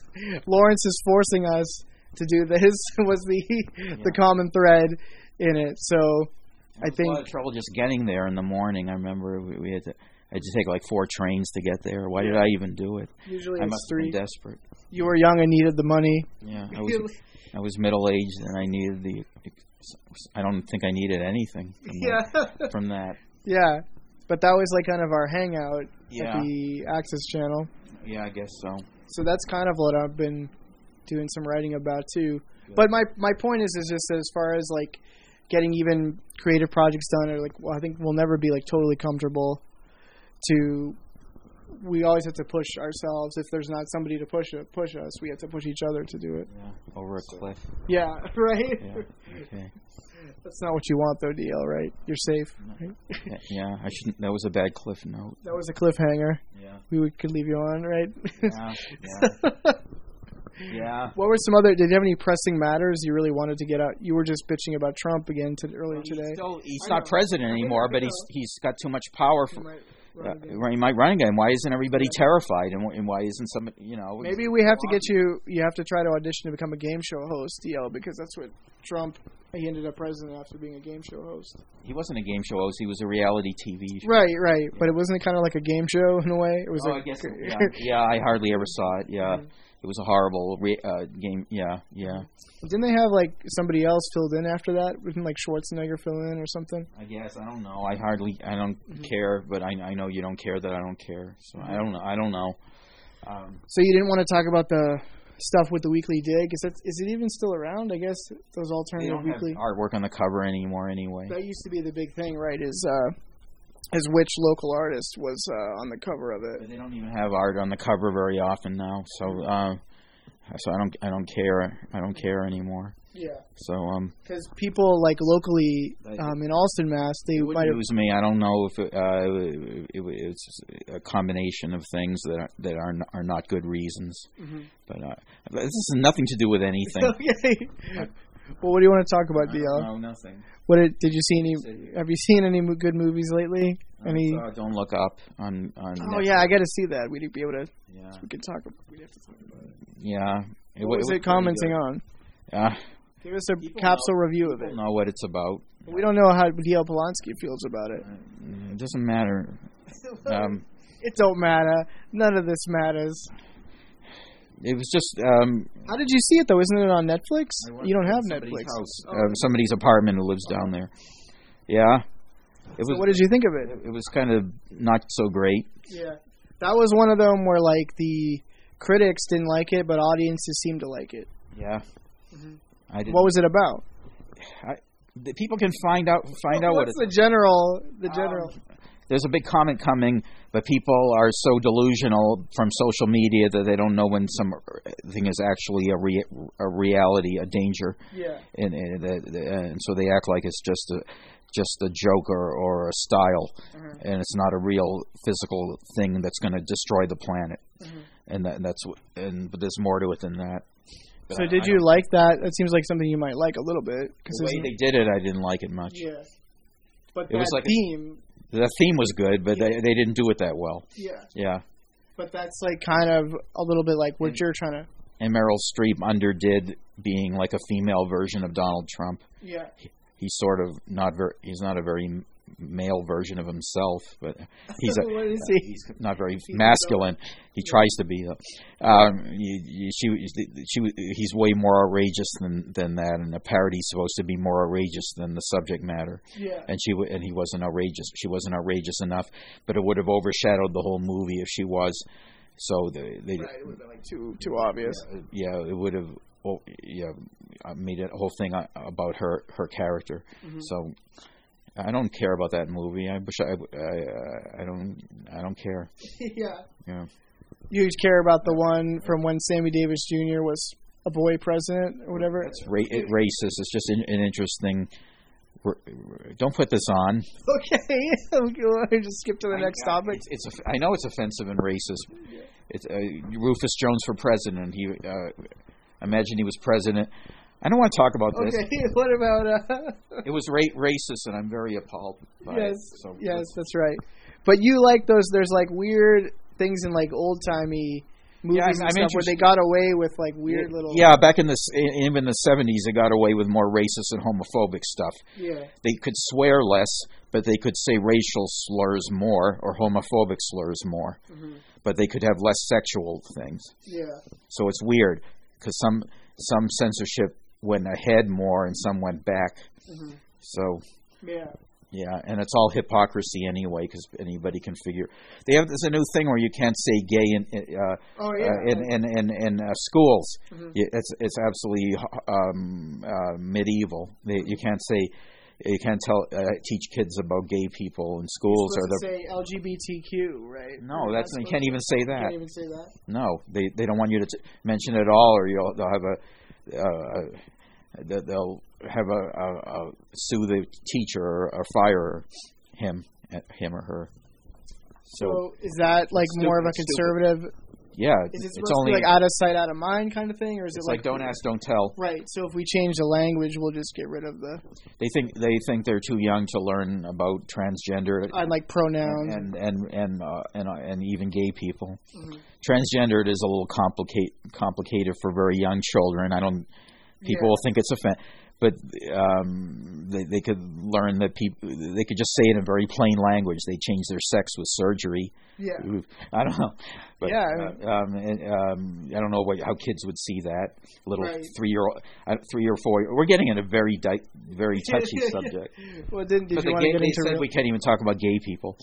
Speaker 3: Lawrence is forcing us to do this. <laughs> Was the the common thread in it? So I
Speaker 4: A
Speaker 3: think
Speaker 4: lot of trouble just getting there in the morning. I remember we, we had to. I had to take like four trains to get there. Why did I even do it?
Speaker 3: usually
Speaker 4: I
Speaker 3: it's
Speaker 4: must have
Speaker 3: three.
Speaker 4: been desperate.
Speaker 3: You were young and needed the money.
Speaker 4: Yeah, I
Speaker 3: <laughs>
Speaker 4: was. I was middle aged, and I needed the. I don't think I needed anything from,
Speaker 3: <laughs>
Speaker 4: that, from that.
Speaker 3: yeah. But that was like kind of our hangout
Speaker 4: Yeah.
Speaker 3: at the Access Channel.
Speaker 4: Yeah, I guess so.
Speaker 3: So that's kind of what I've been doing some writing about too. But my my point is is just as far as like getting even creative projects done or like well, I think we'll never be like totally comfortable to we always have to push ourselves if there's not somebody to push it, push us we have to push each other to do it
Speaker 4: Yeah, over a <laughs> cliff.
Speaker 3: yeah <laughs> right
Speaker 4: Yeah. Okay.
Speaker 3: that's not what you want though DL right you're safe right?
Speaker 4: Yeah, yeah, I shouldn't. That was a bad cliff note.
Speaker 3: that was a cliffhanger <laughs>
Speaker 4: Yeah.
Speaker 3: we would, could leave you on right
Speaker 4: Yeah. Yeah. yeah.
Speaker 3: <laughs> What were some other? Did you have any pressing matters you really wanted to get out? You were just bitching about Trump again to, earlier today.
Speaker 4: He's, still, he's
Speaker 3: I
Speaker 4: not
Speaker 3: know.
Speaker 4: president
Speaker 3: I mean,
Speaker 4: anymore,
Speaker 3: I
Speaker 4: but
Speaker 3: know.
Speaker 4: he's he's got too much power
Speaker 3: You
Speaker 4: for
Speaker 3: might
Speaker 4: uh,
Speaker 3: run again.
Speaker 4: he might run again. Why isn't everybody terrified? And, wh- and why isn't somebody you know?
Speaker 3: Maybe we have to get you. You have to try to audition to become a game show host, DL, because that's what Trump. He ended up president after being a game show host.
Speaker 4: He wasn't a game show host. He was a reality TV. show.
Speaker 3: Right, right. But it wasn't kind of like a game show in a way. It was
Speaker 4: Oh, I
Speaker 3: like
Speaker 4: guess. Yeah, <laughs> yeah, I hardly ever saw it. Yeah, Mm-hmm. it was a horrible re- uh, game. Yeah, yeah.
Speaker 3: Didn't they have like somebody else filled in after that? Didn't like Schwarzenegger fill in or something?
Speaker 4: I guess I don't know. I hardly. I don't care, but I I know you don't care that I don't care. So I don't know. I don't know. Um,
Speaker 3: So you didn't want to talk about the stuff with the weekly dig? Is that is it even still around? I guess those
Speaker 4: they
Speaker 3: alternative
Speaker 4: don't have
Speaker 3: weekly.
Speaker 4: artwork on the cover anymore, anyway.
Speaker 3: That used to be the big thing, right? Is uh, is which local artist was uh, on the cover of it?
Speaker 4: But they don't even have art on the cover very often now. So uh, so I don't I don't care. I don't care anymore.
Speaker 3: Yeah,
Speaker 4: So um,
Speaker 3: because people like locally um, in Alston, Mass, they
Speaker 4: it
Speaker 3: might
Speaker 4: would
Speaker 3: have.
Speaker 4: lose me. I don't know if it, uh, it, it- it's a combination of things that are, that are n- are
Speaker 3: Mm-hmm. <laughs>
Speaker 4: not good reasons. But uh, this has nothing to do with anything.
Speaker 3: Okay. Well, what do you want to talk about, DL?
Speaker 4: No, nothing.
Speaker 3: What did, did you see any?
Speaker 4: Said-
Speaker 3: Have you seen any mo- good movies lately?
Speaker 4: I
Speaker 3: Any?
Speaker 4: saw Uh, don't look up on on.
Speaker 3: Oh yeah, I got to see that. We'd be able to.
Speaker 4: Yeah,
Speaker 3: We could talk. ab- We'd have to talk about it.
Speaker 4: yeah. It wa-
Speaker 3: What was
Speaker 4: was
Speaker 3: it commenting on?
Speaker 4: Uh,
Speaker 3: Give us a
Speaker 4: People
Speaker 3: capsule review of
Speaker 4: I
Speaker 3: it.
Speaker 4: don't know what it's about.
Speaker 3: We don't know how DL Polanski feels about it.
Speaker 4: It doesn't matter. Um,
Speaker 3: It don't matter. None of this matters.
Speaker 4: it was just um,
Speaker 3: How did you see it though? Isn't it on Netflix?
Speaker 4: I went
Speaker 3: You don't
Speaker 4: to
Speaker 3: have
Speaker 4: somebody's
Speaker 3: Netflix.
Speaker 4: house,
Speaker 3: Oh.
Speaker 4: uh, somebody's apartment who lives down there. Yeah, it
Speaker 3: So
Speaker 4: was.
Speaker 3: what did you think of it?
Speaker 4: It was kind of not so great.
Speaker 3: Yeah, that was one of them where like the critics didn't like it, but audiences seemed to like it.
Speaker 4: Yeah,
Speaker 3: Mm-hmm.
Speaker 4: I didn't.
Speaker 3: What was it about?
Speaker 4: the people can find out find out what
Speaker 3: What's
Speaker 4: it's. Um,
Speaker 3: the general? The general.
Speaker 4: There's a big comment coming, but people are so delusional from social media that they don't know when something is actually a re, a reality, a danger,
Speaker 3: yeah.
Speaker 4: and and, the- the- and so they act like it's just a just a joke or, or a style, and it's not a real physical thing that's going to destroy the planet.
Speaker 3: Mm-hmm.
Speaker 4: And that, that's what- and but there's more to it than that. But
Speaker 3: So
Speaker 4: I-
Speaker 3: did
Speaker 4: I
Speaker 3: you
Speaker 4: don't-
Speaker 3: like that? That seems like something you might like a little bit because
Speaker 4: The way they did it, I didn't like it much.
Speaker 3: yeah. But
Speaker 4: It was
Speaker 3: that
Speaker 4: like a-
Speaker 3: theme,
Speaker 4: The theme was good, but they, they didn't do it that well.
Speaker 3: yeah.
Speaker 4: Yeah.
Speaker 3: But that's like kind of a little bit like what you're trying to.
Speaker 4: And Meryl Streep underdid being like a female version of Donald Trump.
Speaker 3: Yeah.
Speaker 4: He's sort of not very, he's not a very m- male version of himself, but he's
Speaker 3: <laughs>
Speaker 4: a,
Speaker 3: <laughs> what is he?
Speaker 4: he's not very
Speaker 3: a
Speaker 4: masculine. He tries to be though. Um, you, you, she, she, he's way more outrageous than than that, and a parody's supposed to be more outrageous than the subject matter.
Speaker 3: Yeah.
Speaker 4: and she wa- and he wasn't outrageous. She wasn't outrageous enough, but it would have overshadowed the whole movie if she was. So the, they,
Speaker 3: Right, it would have been like too too obvious.
Speaker 4: yeah, it would have, oh, yeah, uh, made a whole thing uh, about her her character. So I don't care about that movie. I wish I, w- I, I don't, I don't care.
Speaker 3: yeah.
Speaker 4: <laughs> Yeah.
Speaker 3: You care about the one from when Sammy Davis Jr. was a boy president or whatever.
Speaker 4: Ra- it racist. It's just an, an interesting. r- Don't put this on.
Speaker 3: Okay, <laughs> we'll just skip to the next
Speaker 4: I- I-
Speaker 3: topic.
Speaker 4: It's, it's off- I know it's offensive and racist. It's uh, Rufus Jones for president. He uh, imagine he was president. I don't want to talk about this.
Speaker 3: Okay, <laughs> what about uh?
Speaker 4: It was ra- racist, and I'm very appalled. By
Speaker 3: yes,
Speaker 4: It. So
Speaker 3: yes,
Speaker 4: let's-
Speaker 3: that's right. But you like those? There's like weird things in like old timey movies
Speaker 4: I'm-
Speaker 3: and
Speaker 4: I'm
Speaker 3: stuff where they got away with like weird little
Speaker 4: Yeah, back in the s- in- even the 70s, they got away with more racist and homophobic stuff.
Speaker 3: yeah.
Speaker 4: They could swear less, but they could say racial slurs more or homophobic slurs more.
Speaker 3: Mm-hmm.
Speaker 4: But they could have less sexual things.
Speaker 3: Yeah.
Speaker 4: So it's weird because some some censorship went ahead more and some went back. So
Speaker 3: Yeah.
Speaker 4: yeah, and it's all hypocrisy anyway because anybody can figure. They have there's a new thing where you can't say gay in uh,
Speaker 3: Oh
Speaker 4: uh, in in in, in uh, schools. Y- It's it's absolutely um, uh, medieval. They, you can't say. You can't tell uh, teach kids about gay people in schools or the
Speaker 3: say LGBTQ, right?
Speaker 4: no. That's you can't even say that.
Speaker 3: Can't even say that.
Speaker 4: No, they they don't want you to t- mention it at all, or you'll they'll have a uh, they- they'll have a, a, a sue the teacher or, or fire him eh, him or her. So
Speaker 3: So is that like
Speaker 4: Stupid,
Speaker 3: more of a
Speaker 4: stupid.
Speaker 3: conservative?
Speaker 4: yeah,
Speaker 3: Is it
Speaker 4: it's
Speaker 3: supposed
Speaker 4: only
Speaker 3: to be like out of sight, out of mind kind of thing, or is
Speaker 4: it's
Speaker 3: it
Speaker 4: like,
Speaker 3: like
Speaker 4: don't ask, don't tell.
Speaker 3: Right. So if we change the language, we'll just get rid of the
Speaker 4: They think they think they're too young to learn about transgender
Speaker 3: I like pronouns.
Speaker 4: and and and and, uh, and, uh, and even gay people.
Speaker 3: Mm-hmm.
Speaker 4: Transgendered is a little complicate complicated for very young children. I don't. People think it's offend, but um, they they could learn that people they could just say it in very plain language. They change their sex with surgery.
Speaker 3: yeah.
Speaker 4: Ooh, I don't know. But,
Speaker 3: Yeah, I
Speaker 4: Uh, um, and, um, I don't know what, how kids would see that little
Speaker 3: Right.
Speaker 4: three year old, uh, three or four. We're getting in a very di- very touchy
Speaker 3: <laughs>
Speaker 4: subject.
Speaker 3: Well, didn't did
Speaker 4: But
Speaker 3: you
Speaker 4: the
Speaker 3: want
Speaker 4: gay,
Speaker 3: to get
Speaker 4: they
Speaker 3: into
Speaker 4: said
Speaker 3: real?
Speaker 4: we can't even talk about gay people.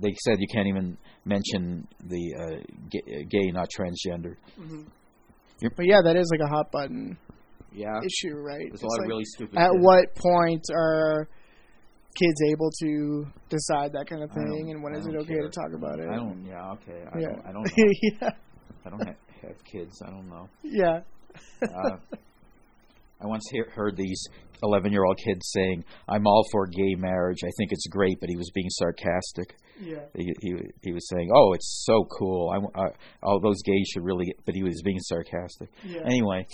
Speaker 4: They said you can't even mention the uh, gay, gay, not transgender.
Speaker 3: But yeah, that is like a hot button
Speaker 4: Yeah,
Speaker 3: issue, right?
Speaker 4: there's
Speaker 3: It's
Speaker 4: a lot
Speaker 3: like,
Speaker 4: of really stupid.
Speaker 3: at
Speaker 4: kids.
Speaker 3: what point are kids able to decide that kind of
Speaker 4: don't-
Speaker 3: thing, and when
Speaker 4: I
Speaker 3: is it
Speaker 4: don't
Speaker 3: okay to
Speaker 4: care.
Speaker 3: talk about it?
Speaker 4: I don't. Yeah, okay. I
Speaker 3: Yeah.
Speaker 4: don't. I don't. Know.
Speaker 3: <laughs> yeah.
Speaker 4: I don't ha- have kids. I
Speaker 3: <laughs>
Speaker 4: don't know.
Speaker 3: Yeah.
Speaker 4: Uh, I once hear, heard these 11 year old kids saying, "I'm all for gay marriage. I think it's great," but he was being sarcastic.
Speaker 3: Yeah.
Speaker 4: He he, he was saying, "Oh, it's so cool. I, w- I- all those gays should really," get, but he was being sarcastic.
Speaker 3: Yeah.
Speaker 4: Anyway,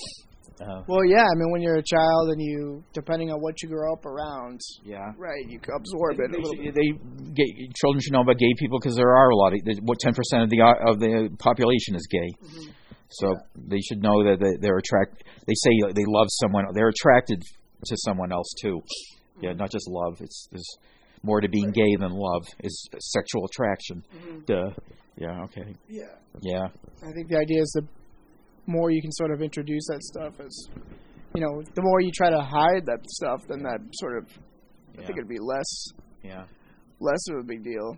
Speaker 4: Uh,
Speaker 3: Well, yeah. I mean, when you're a child and you, depending on what you grow up around,
Speaker 4: yeah.
Speaker 3: right, you absorb it a
Speaker 4: They,
Speaker 3: little bit.
Speaker 4: should, they gay, children should know about gay people because there are a lot of there's- what ten percent of the uh, of the population is gay, so they should know that they, they're attract. They say they love someone; they're attracted to someone else too. Yeah, not just love. It's there's more to being gay than love is sexual attraction. Duh. Yeah. Okay.
Speaker 3: Yeah.
Speaker 4: Yeah.
Speaker 3: I think the idea is the more you can sort of introduce that stuff is, you know, the more you try to hide that stuff, then that sort of, I
Speaker 4: Yeah.
Speaker 3: think it'd be less
Speaker 4: yeah.
Speaker 3: less of a big deal.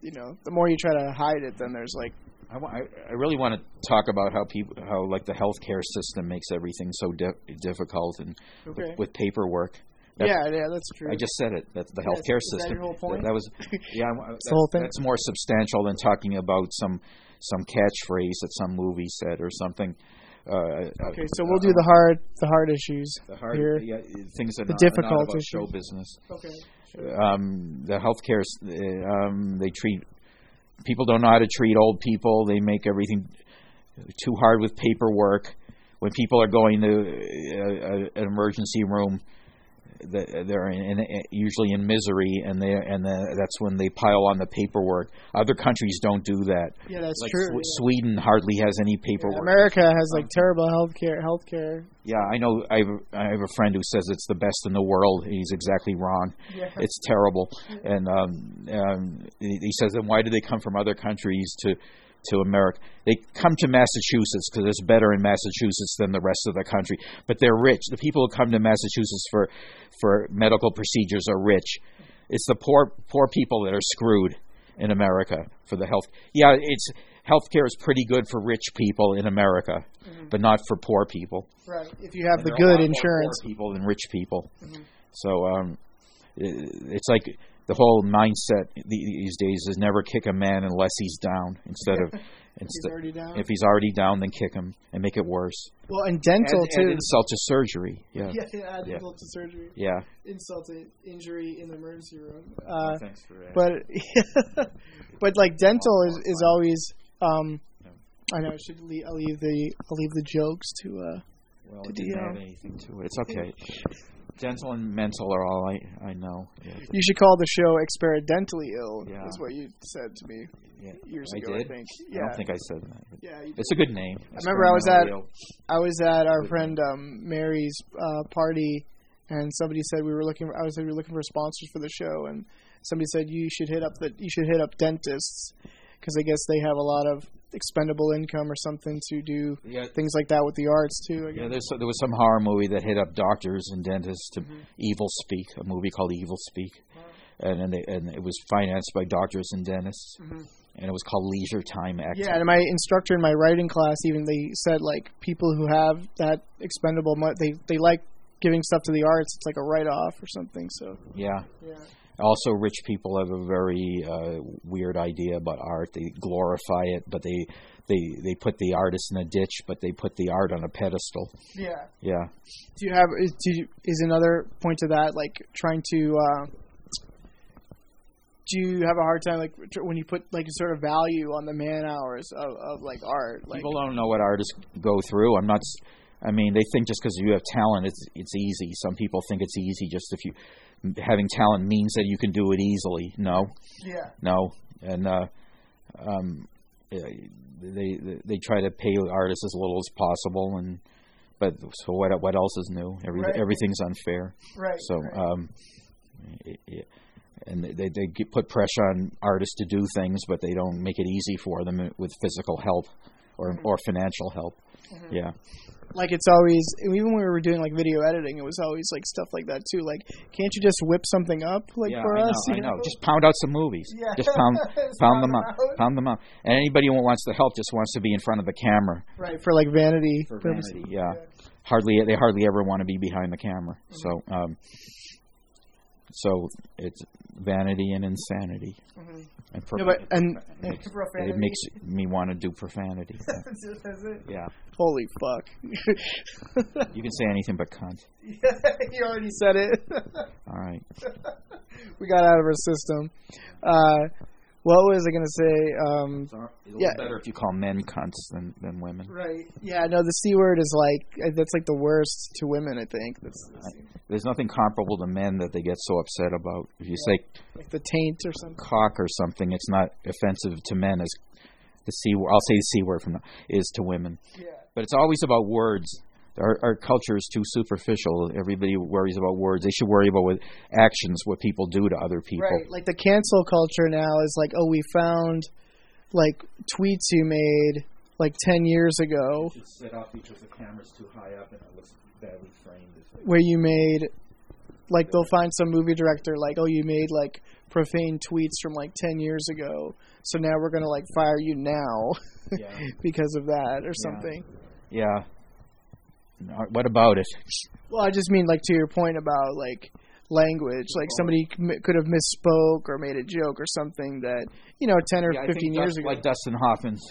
Speaker 3: You know, the more you try to hide it, then there's like,
Speaker 4: I, wa- I- I really want to talk about how people how like the healthcare system makes everything so di- difficult and
Speaker 3: okay,
Speaker 4: with paperwork. That's-
Speaker 3: yeah, yeah, that's true.
Speaker 4: I just said it. That's the
Speaker 3: Yes,
Speaker 4: healthcare
Speaker 3: is that
Speaker 4: system.
Speaker 3: your whole point?
Speaker 4: That, that was yeah. I-
Speaker 3: <laughs>
Speaker 4: I-
Speaker 3: the whole thing?
Speaker 4: That's more substantial than talking about some some catchphrase that some movie said or something. Uh,
Speaker 3: okay, so we'll do the hard the hard issues
Speaker 4: the hard
Speaker 3: here.
Speaker 4: yeah, things that
Speaker 3: the
Speaker 4: are not, are
Speaker 3: difficult
Speaker 4: not about show
Speaker 3: issues.
Speaker 4: business.
Speaker 3: Okay,
Speaker 4: Um, the healthcare s- uh, um, they treat people don't know how to treat old people. They make everything too hard with paperwork. When people are going to uh, uh, an emergency room, th- they're in, in, usually in misery, and they and the, that's when they pile on the paperwork. Other countries don't do that.
Speaker 3: yeah, that's
Speaker 4: like
Speaker 3: true.
Speaker 4: Swe- Sweden hardly has any paperwork.
Speaker 3: America has like terrible healthcare. Healthcare.
Speaker 4: Yeah, I know. I have, I have a friend who says it's the best in the world. He's exactly wrong. It's terrible. And um, um, he he says, then why do they come from other countries to to America? They come to Massachusetts because it's better in Massachusetts than the rest of the country. But they're rich. The people who come to Massachusetts for for medical procedures are rich. It's the poor poor people that are screwed in America for the health. Yeah, it's healthcare is pretty good for rich people in America, but not for poor people
Speaker 3: Right. If you have the
Speaker 4: there are a
Speaker 3: good
Speaker 4: lot more
Speaker 3: insurance.
Speaker 4: poor people than rich people. So um, i- it's like the whole mindset the- these days is never kick a man unless he's down. Instead <laughs> of
Speaker 3: He's
Speaker 4: instead
Speaker 3: already down.
Speaker 4: if he's already down, then kick him and make it worse.
Speaker 3: well, and dental
Speaker 4: And-
Speaker 3: too.
Speaker 4: and insult to surgery. Yeah.
Speaker 3: yeah, yeah, add
Speaker 4: <laughs> Yeah.
Speaker 3: insult to surgery,
Speaker 4: Yeah.
Speaker 3: insult to injury in the emergency room. Uh,
Speaker 4: Thanks for that.
Speaker 3: but but <laughs> like dental is, is always um I know I should leave, I'll leave the I'll leave the jokes to uh
Speaker 4: well,
Speaker 3: did
Speaker 4: it didn't
Speaker 3: you-
Speaker 4: add anything to it. It's okay. Dental and mental are all I, I know. Yeah.
Speaker 3: you should call the show experimentally ill
Speaker 4: Yeah.
Speaker 3: is what you said to me
Speaker 4: Yeah.
Speaker 3: years
Speaker 4: I
Speaker 3: ago
Speaker 4: did?
Speaker 3: I think
Speaker 4: I
Speaker 3: yeah
Speaker 4: don't think I said that.
Speaker 3: yeah you did.
Speaker 4: It's a good name. I
Speaker 3: remember I was I was at our friend um Mary's uh party and somebody said we were looking I was said we were looking for sponsors for the show and somebody said you should hit up the you should hit up dentists because I guess they have a lot of expendable income or something to do
Speaker 4: Yeah,
Speaker 3: things like that with the arts too I guess.
Speaker 4: Yeah, there's, there was some horror movie that hit up doctors and dentists to Evil Speak, a movie called Evil Speak, and and, they, and it was financed by doctors and dentists, and it was called Leisure Time Act.
Speaker 3: Yeah, and my instructor in my writing class even they said like people who have that expendable money they they like giving stuff to the arts. It's like a write off or something. So
Speaker 4: Yeah.
Speaker 3: yeah,
Speaker 4: Also, rich people have a very uh, weird idea about art. They glorify it, but they they they put the artist in a ditch, but they put the art on a pedestal.
Speaker 3: yeah.
Speaker 4: Yeah.
Speaker 3: Do you have is, do you, is another point to that like trying to. Uh, do you have a hard time like tr- when you put like a sort of value on the man hours of, of like art? Like
Speaker 4: People don't know what artists go through. I'm not. s- I mean, they think just because you have talent, it's it's easy. Some people think it's easy. Just if you having talent means that you can do it easily. No,
Speaker 3: yeah,
Speaker 4: no, and uh, um, eh, they they- they try to pay artists as little as possible. And but so what? What else is new? Every,
Speaker 3: Right.
Speaker 4: Everything's unfair.
Speaker 3: right.
Speaker 4: So, um, i- i- and they- they they get- put pressure on artists to do things, but they don't make it easy for them with physical help or
Speaker 3: Mm-hmm.
Speaker 4: or financial help. Yeah,
Speaker 3: like it's always even when we were doing like video editing, it was always like stuff like that too. Like, can't you just whip something up like
Speaker 4: yeah,
Speaker 3: for
Speaker 4: I know,
Speaker 3: us?
Speaker 4: I
Speaker 3: you
Speaker 4: know. Just pound out some movies.
Speaker 3: Yeah.
Speaker 4: Just pound
Speaker 3: <laughs> Just
Speaker 4: pound
Speaker 3: pound
Speaker 4: them
Speaker 3: them
Speaker 4: out,
Speaker 3: out.
Speaker 4: pound them out. And anybody who wants to help just wants to be in front of the camera.
Speaker 3: right for like vanity purposes.
Speaker 4: Yeah, hardly they hardly ever want to be behind the camera.
Speaker 3: Mm-hmm.
Speaker 4: So, um, so it's vanity and insanity.
Speaker 3: Mm-hmm.
Speaker 4: And
Speaker 3: No,
Speaker 4: prof-
Speaker 3: but and <laughs>
Speaker 4: it makes- it makes me want to do profanity. Yeah. Yeah,
Speaker 3: holy fuck. <laughs>
Speaker 4: you can say anything but cunt.
Speaker 3: you already said it. <laughs>
Speaker 4: All right.
Speaker 3: we got out of our system. Uh, What was I gonna say? Um,
Speaker 4: It's all- It'll
Speaker 3: Yeah.
Speaker 4: be better if you call men cunts than, than women.
Speaker 3: right. Yeah. No, the c word is like uh, that's like the worst to women. I think that's
Speaker 4: There's nothing comparable to men that they get so upset about. If you say
Speaker 3: like the taint or something.
Speaker 4: cock or something, it's not offensive to men as the c. word- I'll say the c word from now is to women.
Speaker 3: Yeah.
Speaker 4: But it's always about words. Our, our culture is too superficial. Everybody worries about words. They should worry about what actions, what people do to other people.
Speaker 3: Right. Like the cancel culture now is like, oh, we found like tweets you made like ten years ago
Speaker 4: should set off because the camera's too high up and it looks badly framed.
Speaker 3: where you made like they'll find some movie director like, oh, you made like profane tweets from like ten years ago, so now we're gonna like fire you now <laughs>
Speaker 4: Yeah.
Speaker 3: because of that or something.
Speaker 4: yeah. No, What about it?
Speaker 3: Well, I just mean like to your point about like language like somebody m- could have misspoke or made a joke or something that you know 10 or
Speaker 4: Yeah, I
Speaker 3: 15
Speaker 4: think
Speaker 3: years
Speaker 4: Dust-
Speaker 3: ago
Speaker 4: Like Dustin Hoffman's,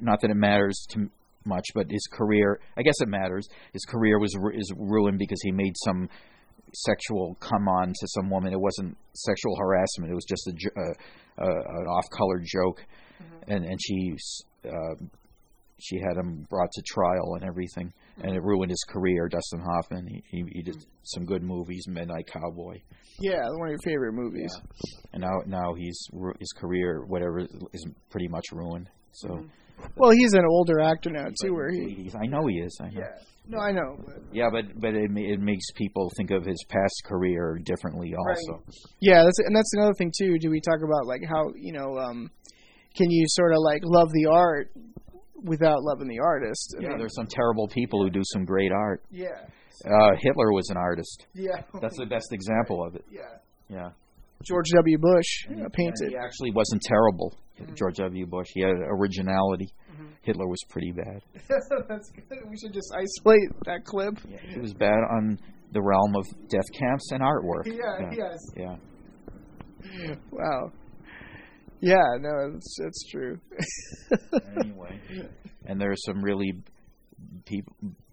Speaker 4: not that it matters to m- much, but his career, I guess it matters. His career was ru- is ruined because he made some sexual come on to some woman. It wasn't sexual harassment. It was just a, jo- uh, uh, an off color joke, and and she s- uh, she had him brought to trial and everything, and it ruined his career. Dustin Hoffman, he he, he did some good movies, Midnight Cowboy
Speaker 3: yeah one of your favorite movies
Speaker 4: and now now he's ru- his career whatever is pretty much ruined. So
Speaker 3: Well, he's an older actor now too, where he.
Speaker 4: He's- I know he is. I know. Yeah,
Speaker 3: No, I know. but-
Speaker 4: but but it ma- it makes people think of his past career differently also.
Speaker 3: Yeah, that's and that's another thing too. Do we talk about like how you know, um, can you sort of like love the art without loving the artist? I
Speaker 4: Yeah,
Speaker 3: mean,
Speaker 4: there's some terrible people who do some great art.
Speaker 3: yeah,
Speaker 4: Uh, Hitler was an artist.
Speaker 3: yeah,
Speaker 4: That's the best example of it.
Speaker 3: <laughs> yeah.
Speaker 4: Yeah,
Speaker 3: George W. Bush uh, painted.
Speaker 4: And he actually wasn't terrible. George W. Bush. He had originality. Hitler was pretty bad.
Speaker 3: <laughs> that's good. We should just isolate that clip. <laughs>
Speaker 4: He was bad on the realm of death camps and artwork.
Speaker 3: yes.
Speaker 4: yeah.
Speaker 3: Wow. Yeah, no, that's that's true. <laughs>
Speaker 4: anyway. And there are some really peop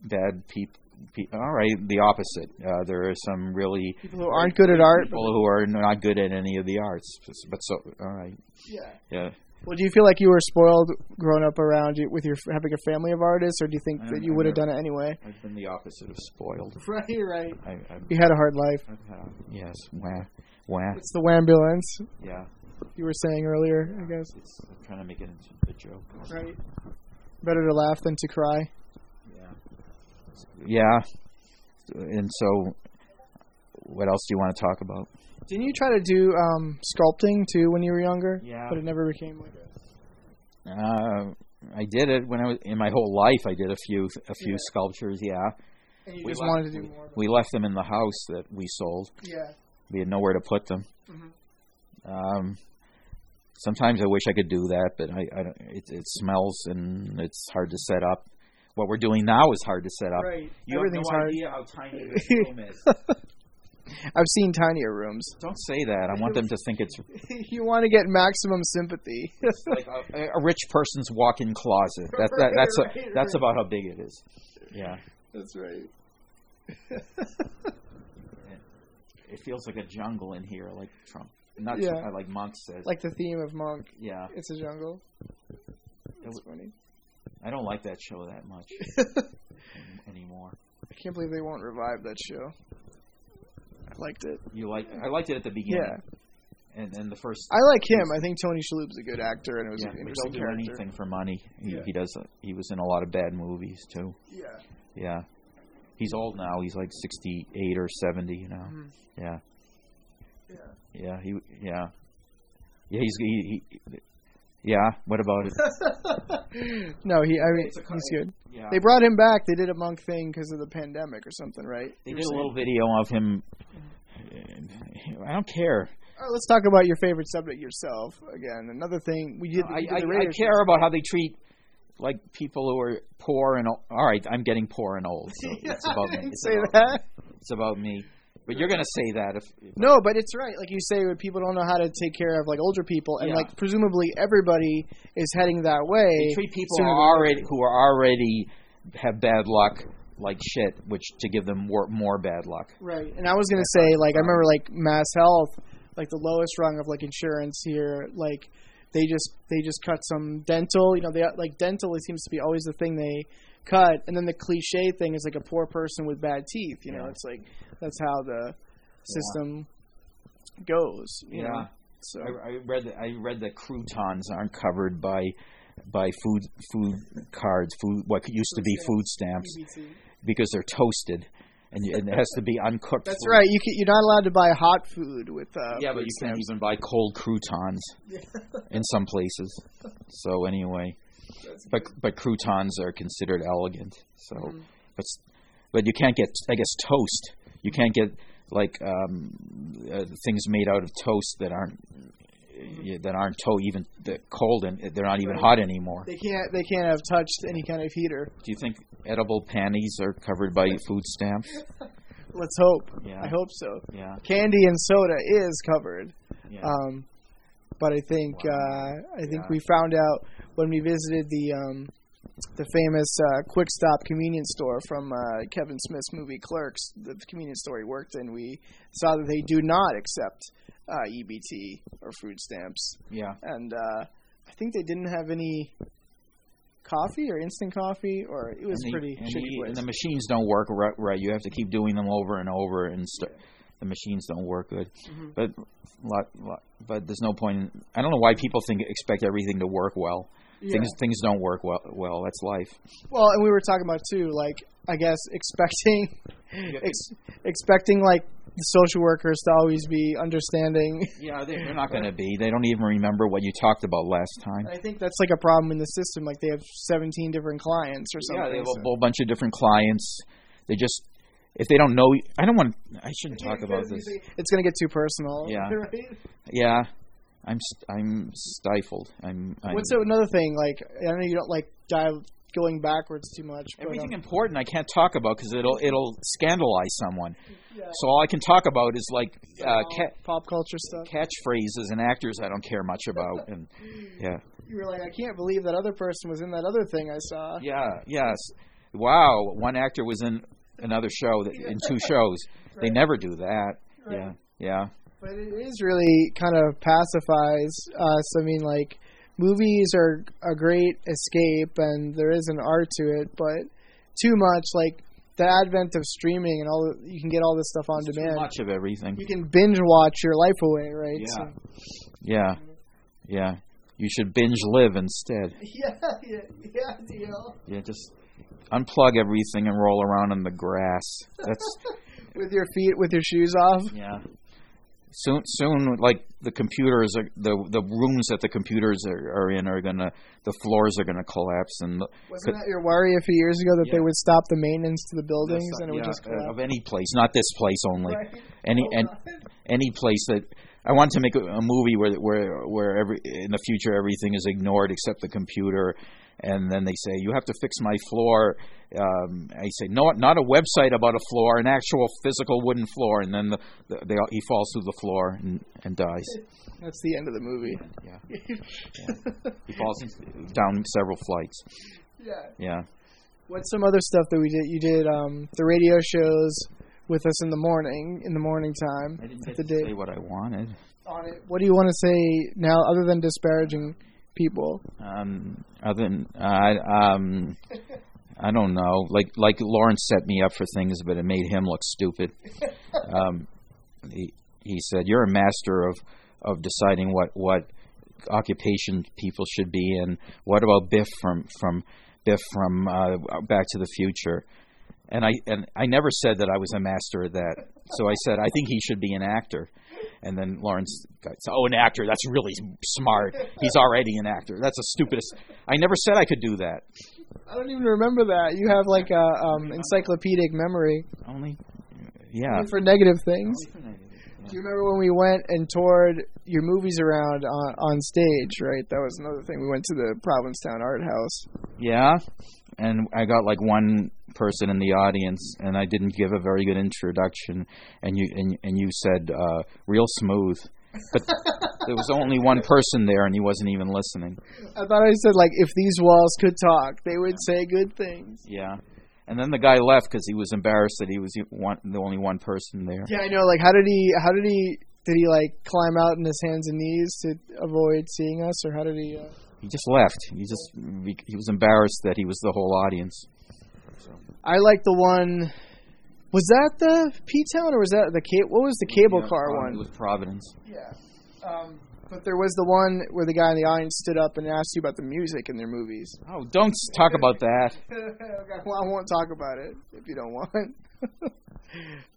Speaker 4: bad people. Pe- all right, the opposite. Uh, there are some really
Speaker 3: People who aren't good at art.
Speaker 4: people who are not good at any of the arts. But so, all right,
Speaker 3: <laughs> Yeah.
Speaker 4: yeah.
Speaker 3: Well, do you feel like you were spoiled growing up around you with your having a family of artists, or do you think
Speaker 4: I
Speaker 3: that
Speaker 4: don't
Speaker 3: you would have
Speaker 4: remember.
Speaker 3: done it anyway?
Speaker 4: I've been the opposite of spoiled.
Speaker 3: Right, right.
Speaker 4: I, I've,
Speaker 3: You had a hard life.
Speaker 4: I've had, yes, wah, wah.
Speaker 3: It's the wambulance
Speaker 4: Yeah,
Speaker 3: you were saying earlier, I guess.
Speaker 4: it's I'm trying to make it into a joke.
Speaker 3: Right. Better to laugh than to cry.
Speaker 4: Yeah. Yeah. And so, what else do you want to talk about?
Speaker 3: Didn't you try to do um, sculpting too when you were younger?
Speaker 4: Yeah.
Speaker 3: But it never became like that.
Speaker 4: Uh, I did it when I was in my whole life. I did a few a few
Speaker 3: Yeah.
Speaker 4: sculptures. Yeah,
Speaker 3: And you
Speaker 4: We
Speaker 3: just
Speaker 4: left-
Speaker 3: wanted to do more. of it.
Speaker 4: we left them in the house that we sold.
Speaker 3: yeah.
Speaker 4: We had nowhere to put them.
Speaker 3: Mhm.
Speaker 4: Um, sometimes I wish I could do that, but I, I don't, it, it smells and it's hard to set up. What we're doing now is hard to set up.
Speaker 3: Right.
Speaker 4: You have no
Speaker 3: Everything's hard.
Speaker 4: idea how
Speaker 3: <laughs>
Speaker 4: tiny this room is.
Speaker 3: I've seen tinier
Speaker 4: <laughs>
Speaker 3: rooms.
Speaker 4: Don't say that. I want them to
Speaker 3: <laughs>
Speaker 4: think it's
Speaker 3: you want to get maximum
Speaker 4: <laughs>
Speaker 3: sympathy.
Speaker 4: like a, a rich person's walk-in closet. That, that, that's
Speaker 3: Right,
Speaker 4: a,
Speaker 3: right,
Speaker 4: that's
Speaker 3: right.
Speaker 4: about how big it is. Yeah.
Speaker 3: That's right.
Speaker 4: it feels like a jungle in here, like Trump, not
Speaker 3: Yeah.
Speaker 4: Trump, like Monk says.
Speaker 3: Like the theme of Monk.
Speaker 4: yeah,
Speaker 3: It's a jungle. That's funny.
Speaker 4: I don't like that show that
Speaker 3: <laughs>
Speaker 4: much an- anymore.
Speaker 3: I can't believe they won't revive that show. I liked it.
Speaker 4: You like? I liked it at the beginning. And and the first.
Speaker 3: I like him. I think Tony Shalhoub's a good actor, and it was
Speaker 4: yeah,
Speaker 3: an
Speaker 4: he
Speaker 3: interesting
Speaker 4: don't do
Speaker 3: character.
Speaker 4: anything for money. He,
Speaker 3: Yeah.
Speaker 4: he does. He was in a lot of bad movies too.
Speaker 3: Yeah,
Speaker 4: Yeah. He's old now. He's like sixty-eight or seventy. You know.
Speaker 3: Mhm.
Speaker 4: Yeah.
Speaker 3: Yeah.
Speaker 4: Yeah. He. Yeah. Yeah. He's. He, he, yeah. What about
Speaker 3: <laughs>
Speaker 4: it?
Speaker 3: no, he. I mean,
Speaker 4: It's a co-
Speaker 3: he's good.
Speaker 4: Yeah.
Speaker 3: They brought him back. They did a monk thing because of the pandemic or something, right?
Speaker 4: They
Speaker 3: You were
Speaker 4: did a
Speaker 3: saying- Mm-hmm.
Speaker 4: little video of him. I don't care.
Speaker 3: All right, let's talk about your favorite subject yourself again. Another thing we did.
Speaker 4: I,
Speaker 3: we did
Speaker 4: I,
Speaker 3: the
Speaker 4: I
Speaker 3: radio
Speaker 4: care about how they treat like people who are poor and o- all right. I'm getting poor and old. So
Speaker 3: <laughs> show.
Speaker 4: it's about
Speaker 3: I
Speaker 4: me.
Speaker 3: didn't
Speaker 4: It's
Speaker 3: say
Speaker 4: about,
Speaker 3: that.
Speaker 4: It's about me. But you're gonna say that if, if
Speaker 3: No, but it's right. Like you say, when people don't know how to take care of like older people, and
Speaker 4: Yeah.
Speaker 3: like presumably everybody is heading that way.
Speaker 4: they treat people who
Speaker 3: sooner than
Speaker 4: are already who are already have bad luck like shit, which to give them more more bad luck.
Speaker 3: Right. And I was gonna say, like, I remember like Mass Health, like the lowest rung of like insurance here, like they just they just cut some dental. You know, they like dental. It seems to be always the thing they cut, and then the cliche thing is like a poor person with bad teeth. You know,
Speaker 4: Yeah.
Speaker 3: it's like that's how the system goes. You
Speaker 4: Yeah.
Speaker 3: know, so
Speaker 4: I, I read that I read that croutons aren't covered by by food food cards, food what used to be food stamps because they're toasted, and, you- and it has to be uncooked.
Speaker 3: that's
Speaker 4: food.
Speaker 3: right. You can, you're not allowed to buy hot food with uh,
Speaker 4: Yeah, but
Speaker 3: food
Speaker 4: you can't
Speaker 3: stamps.
Speaker 4: even buy
Speaker 3: <laughs>
Speaker 4: cold croutons in some places. So anyway, but but croutons are considered elegant. So,
Speaker 3: Mm-hmm.
Speaker 4: but s- but you can't get I guess toast. You can't get like um, uh, things made out of toast that aren't
Speaker 3: Mm-hmm.
Speaker 4: yeah, that aren't to even that cold and they're not even hot anymore.
Speaker 3: They can't they can't have touched any kind of heater.
Speaker 4: Do you think edible panties are covered by food stamps?
Speaker 3: Let's hope.
Speaker 4: Yeah.
Speaker 3: I hope so.
Speaker 4: Yeah,
Speaker 3: Candy and soda is covered.
Speaker 4: yeah.
Speaker 3: Um, but I think
Speaker 4: Wow.
Speaker 3: uh, I think
Speaker 4: Yeah.
Speaker 3: we found out when we visited the um, the famous uh, Quick Stop convenience store from uh, Kevin Smith's movie Clerks, the convenience store he worked in. We saw that they do not accept uh, EBT or food stamps,
Speaker 4: yeah.
Speaker 3: and uh, I think they didn't have any coffee or instant coffee, or it was
Speaker 4: and the,
Speaker 3: pretty
Speaker 4: and
Speaker 3: shitty
Speaker 4: the-
Speaker 3: place.
Speaker 4: and the machines don't work right, right. You have to keep doing them over and over, and st- the machines don't work good.
Speaker 3: Mm-hmm.
Speaker 4: But lot, lot, but there's no point. In, I don't know why people think expect everything to work well. Things things don't work well. Well, that's life.
Speaker 3: Well, and we were talking about too, like I guess expecting, ex- expecting like the social workers to always be understanding.
Speaker 4: Yeah, they're, they're not going to be. They don't even remember what you talked about last time.
Speaker 3: I think that's like a problem in the system. Like they have seventeen different clients or something.
Speaker 4: Yeah, they have
Speaker 3: so-
Speaker 4: a whole bunch of different clients. They just if they don't know. I don't want. I shouldn't talk about this.
Speaker 3: It's gonna get too personal.
Speaker 4: Yeah.
Speaker 3: Right?
Speaker 4: Yeah, I'm st- I'm stifled. I'm. I'm
Speaker 3: What's another thing? Like I know you don't like dive going backwards too much. But,
Speaker 4: Everything
Speaker 3: um,
Speaker 4: important I can't talk about because it'll it'll scandalize someone.
Speaker 3: Yeah. Oh.
Speaker 4: So all I can talk about is like uh, ca-
Speaker 3: pop culture stuff.
Speaker 4: catchphrases and actors I don't care much
Speaker 3: <laughs>
Speaker 4: about. And
Speaker 3: Mm.
Speaker 4: yeah,
Speaker 3: You were like, I can't believe that other person was in that other thing I saw.
Speaker 4: yeah, yes. Wow, one actor was in another show that, in
Speaker 3: <laughs>
Speaker 4: two shows. They never do that. Yeah, yeah.
Speaker 3: But it is really kind of pacifies us. I mean, like movies are a great escape, and there is an art to it. But too much, like the advent of streaming and all, you can get all this stuff on
Speaker 4: Too
Speaker 3: demand.
Speaker 4: much of everything.
Speaker 3: You can binge watch your life away, right?
Speaker 4: Yeah.
Speaker 3: So, <laughs>
Speaker 4: Yeah, yeah. You should binge live instead.
Speaker 3: yeah, yeah, yeah, deal.
Speaker 4: Yeah, just unplug everything and roll around in the grass. That's
Speaker 3: With your feet, with your shoes off.
Speaker 4: Yeah. Soon, soon, like the computers are the the rooms that the computers are, are in are gonna the floors are gonna collapse and the,
Speaker 3: Wasn't that your worry a few years ago that they
Speaker 4: Yeah.
Speaker 3: would stop the maintenance to the buildings and it would
Speaker 4: Yeah, uh,
Speaker 3: just collapse?
Speaker 4: of any place, not this place only,
Speaker 3: Right.
Speaker 4: any
Speaker 3: <laughs> Oh,
Speaker 4: and any place that I want to make a, a movie where where where every in the future everything is ignored except the computer, and then they say you have to fix my floor. Um, I say no, not a website about a floor, an actual physical wooden floor, and then the, the, they all, he falls through the floor and, and dies.
Speaker 3: That's the end of the movie.
Speaker 4: Yeah. He falls in- down several flights.
Speaker 3: yeah.
Speaker 4: Yeah.
Speaker 3: What's some other stuff that we did? You did um, the radio shows with us in the morning, in the morning time.
Speaker 4: I didn't
Speaker 3: at
Speaker 4: get
Speaker 3: the
Speaker 4: to
Speaker 3: day-
Speaker 4: say what I wanted.
Speaker 3: on it. What do you want to say now, other than disparaging people?
Speaker 4: Um, other than I, um, I don't know. Like like Lawrence set me up for things, but it made him look stupid. Um, he he said you're a master of of deciding what what occupation people should be in. What about Biff from from Biff from uh, Back to the Future? And I and I never said that I was a master at that. So I said I think he should be an actor. And then Lawrence got, so, oh, an actor. That's really smart. He's already an actor. That's the stupidest. I never said I could do that.
Speaker 3: I don't even remember that. You have like a um, encyclopedic memory
Speaker 4: Only, yeah.
Speaker 3: for negative things.
Speaker 4: Oh,
Speaker 3: Do you remember when we went and toured your movies around on, on stage? Right, that was another thing. We went to the Provincetown Art House.
Speaker 4: Yeah. And I got like one person in the audience, and I didn't give a very good introduction. And you and, and you said uh, real smooth, but there was only one person there, and he wasn't even listening.
Speaker 3: I thought I said like, if these walls could talk, they would say good things.
Speaker 4: Yeah. And then the guy left because he was embarrassed that he was the one, the only one person there.
Speaker 3: Yeah, I know. Like, how did he? How did he? Did he like climb out on his hands and knees to avoid seeing us, or how did he? Uh...
Speaker 4: He just left. He just he was embarrassed that he was the whole audience.
Speaker 3: I like the one. Was that the P Town or was that the cable? What was the cable
Speaker 4: Yeah,
Speaker 3: car
Speaker 4: Providence-
Speaker 3: one?
Speaker 4: It was Providence.
Speaker 3: Yeah. Um, but there was the one where the guy in the audience stood up and asked you about the music in their movies.
Speaker 4: Oh, don't s- talk about that.
Speaker 3: Okay, well, I won't talk about it if you don't want. <laughs>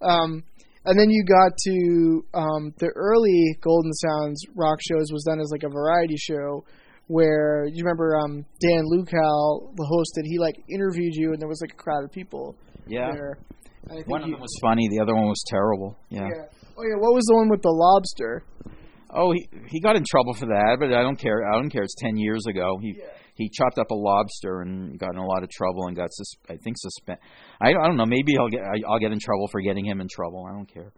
Speaker 3: um, and then you got to um, the early Golden Sounds rock shows was done as like a variety show where you remember um, Dan Lucal, the host, that he like interviewed you and there was like a crowd of people
Speaker 4: Yeah.
Speaker 3: there. And I think
Speaker 4: One of
Speaker 3: you-
Speaker 4: them was funny. The other one was terrible. Yeah.
Speaker 3: yeah. Oh yeah, what was the one with the lobster?
Speaker 4: Oh, he he got in trouble for that, but I don't care. I don't care. It's ten years ago. He he chopped up a lobster and got in a lot of trouble and got sus- I think suspended. I, I don't know. Maybe I'll get I, I'll get in trouble for getting him in trouble. I don't care.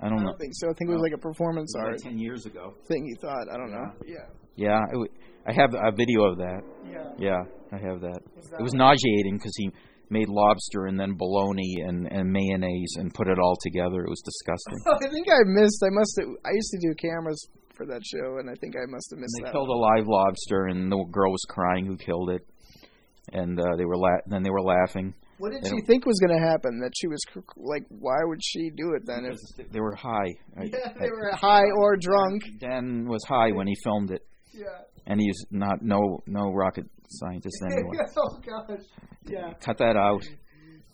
Speaker 4: I
Speaker 3: I
Speaker 4: don't know.
Speaker 3: don't think so. I think it was like a performance
Speaker 4: It was
Speaker 3: art
Speaker 4: like ten years ago.
Speaker 3: thing you thought. I don't know. Yeah.
Speaker 4: Yeah, I w- I have a video of that.
Speaker 3: Yeah.
Speaker 4: Yeah, I have that.
Speaker 3: that
Speaker 4: It was nauseating because he made lobster and then bologna and, and mayonnaise and put it all together. It was
Speaker 3: <laughs>
Speaker 4: disgusting.
Speaker 3: I think I missed. I must. have I used to do cameras for that show, and I think I must have missed
Speaker 4: And they
Speaker 3: that.
Speaker 4: killed a live lobster, and the girl was crying who killed it, and uh, they were la- then they were laughing.
Speaker 3: What did
Speaker 4: they
Speaker 3: she
Speaker 4: don't-
Speaker 3: think was going to happen? That she was cr- like, why would she do it then? If
Speaker 4: They
Speaker 3: <laughs>
Speaker 4: were high. I-
Speaker 3: they were high or drunk.
Speaker 4: Dan was high when he filmed it,
Speaker 3: Yeah.
Speaker 4: and he's not no no rocket
Speaker 3: <laughs>
Speaker 4: scientist anyway.
Speaker 3: oh gosh. Yeah.
Speaker 4: Cut that out.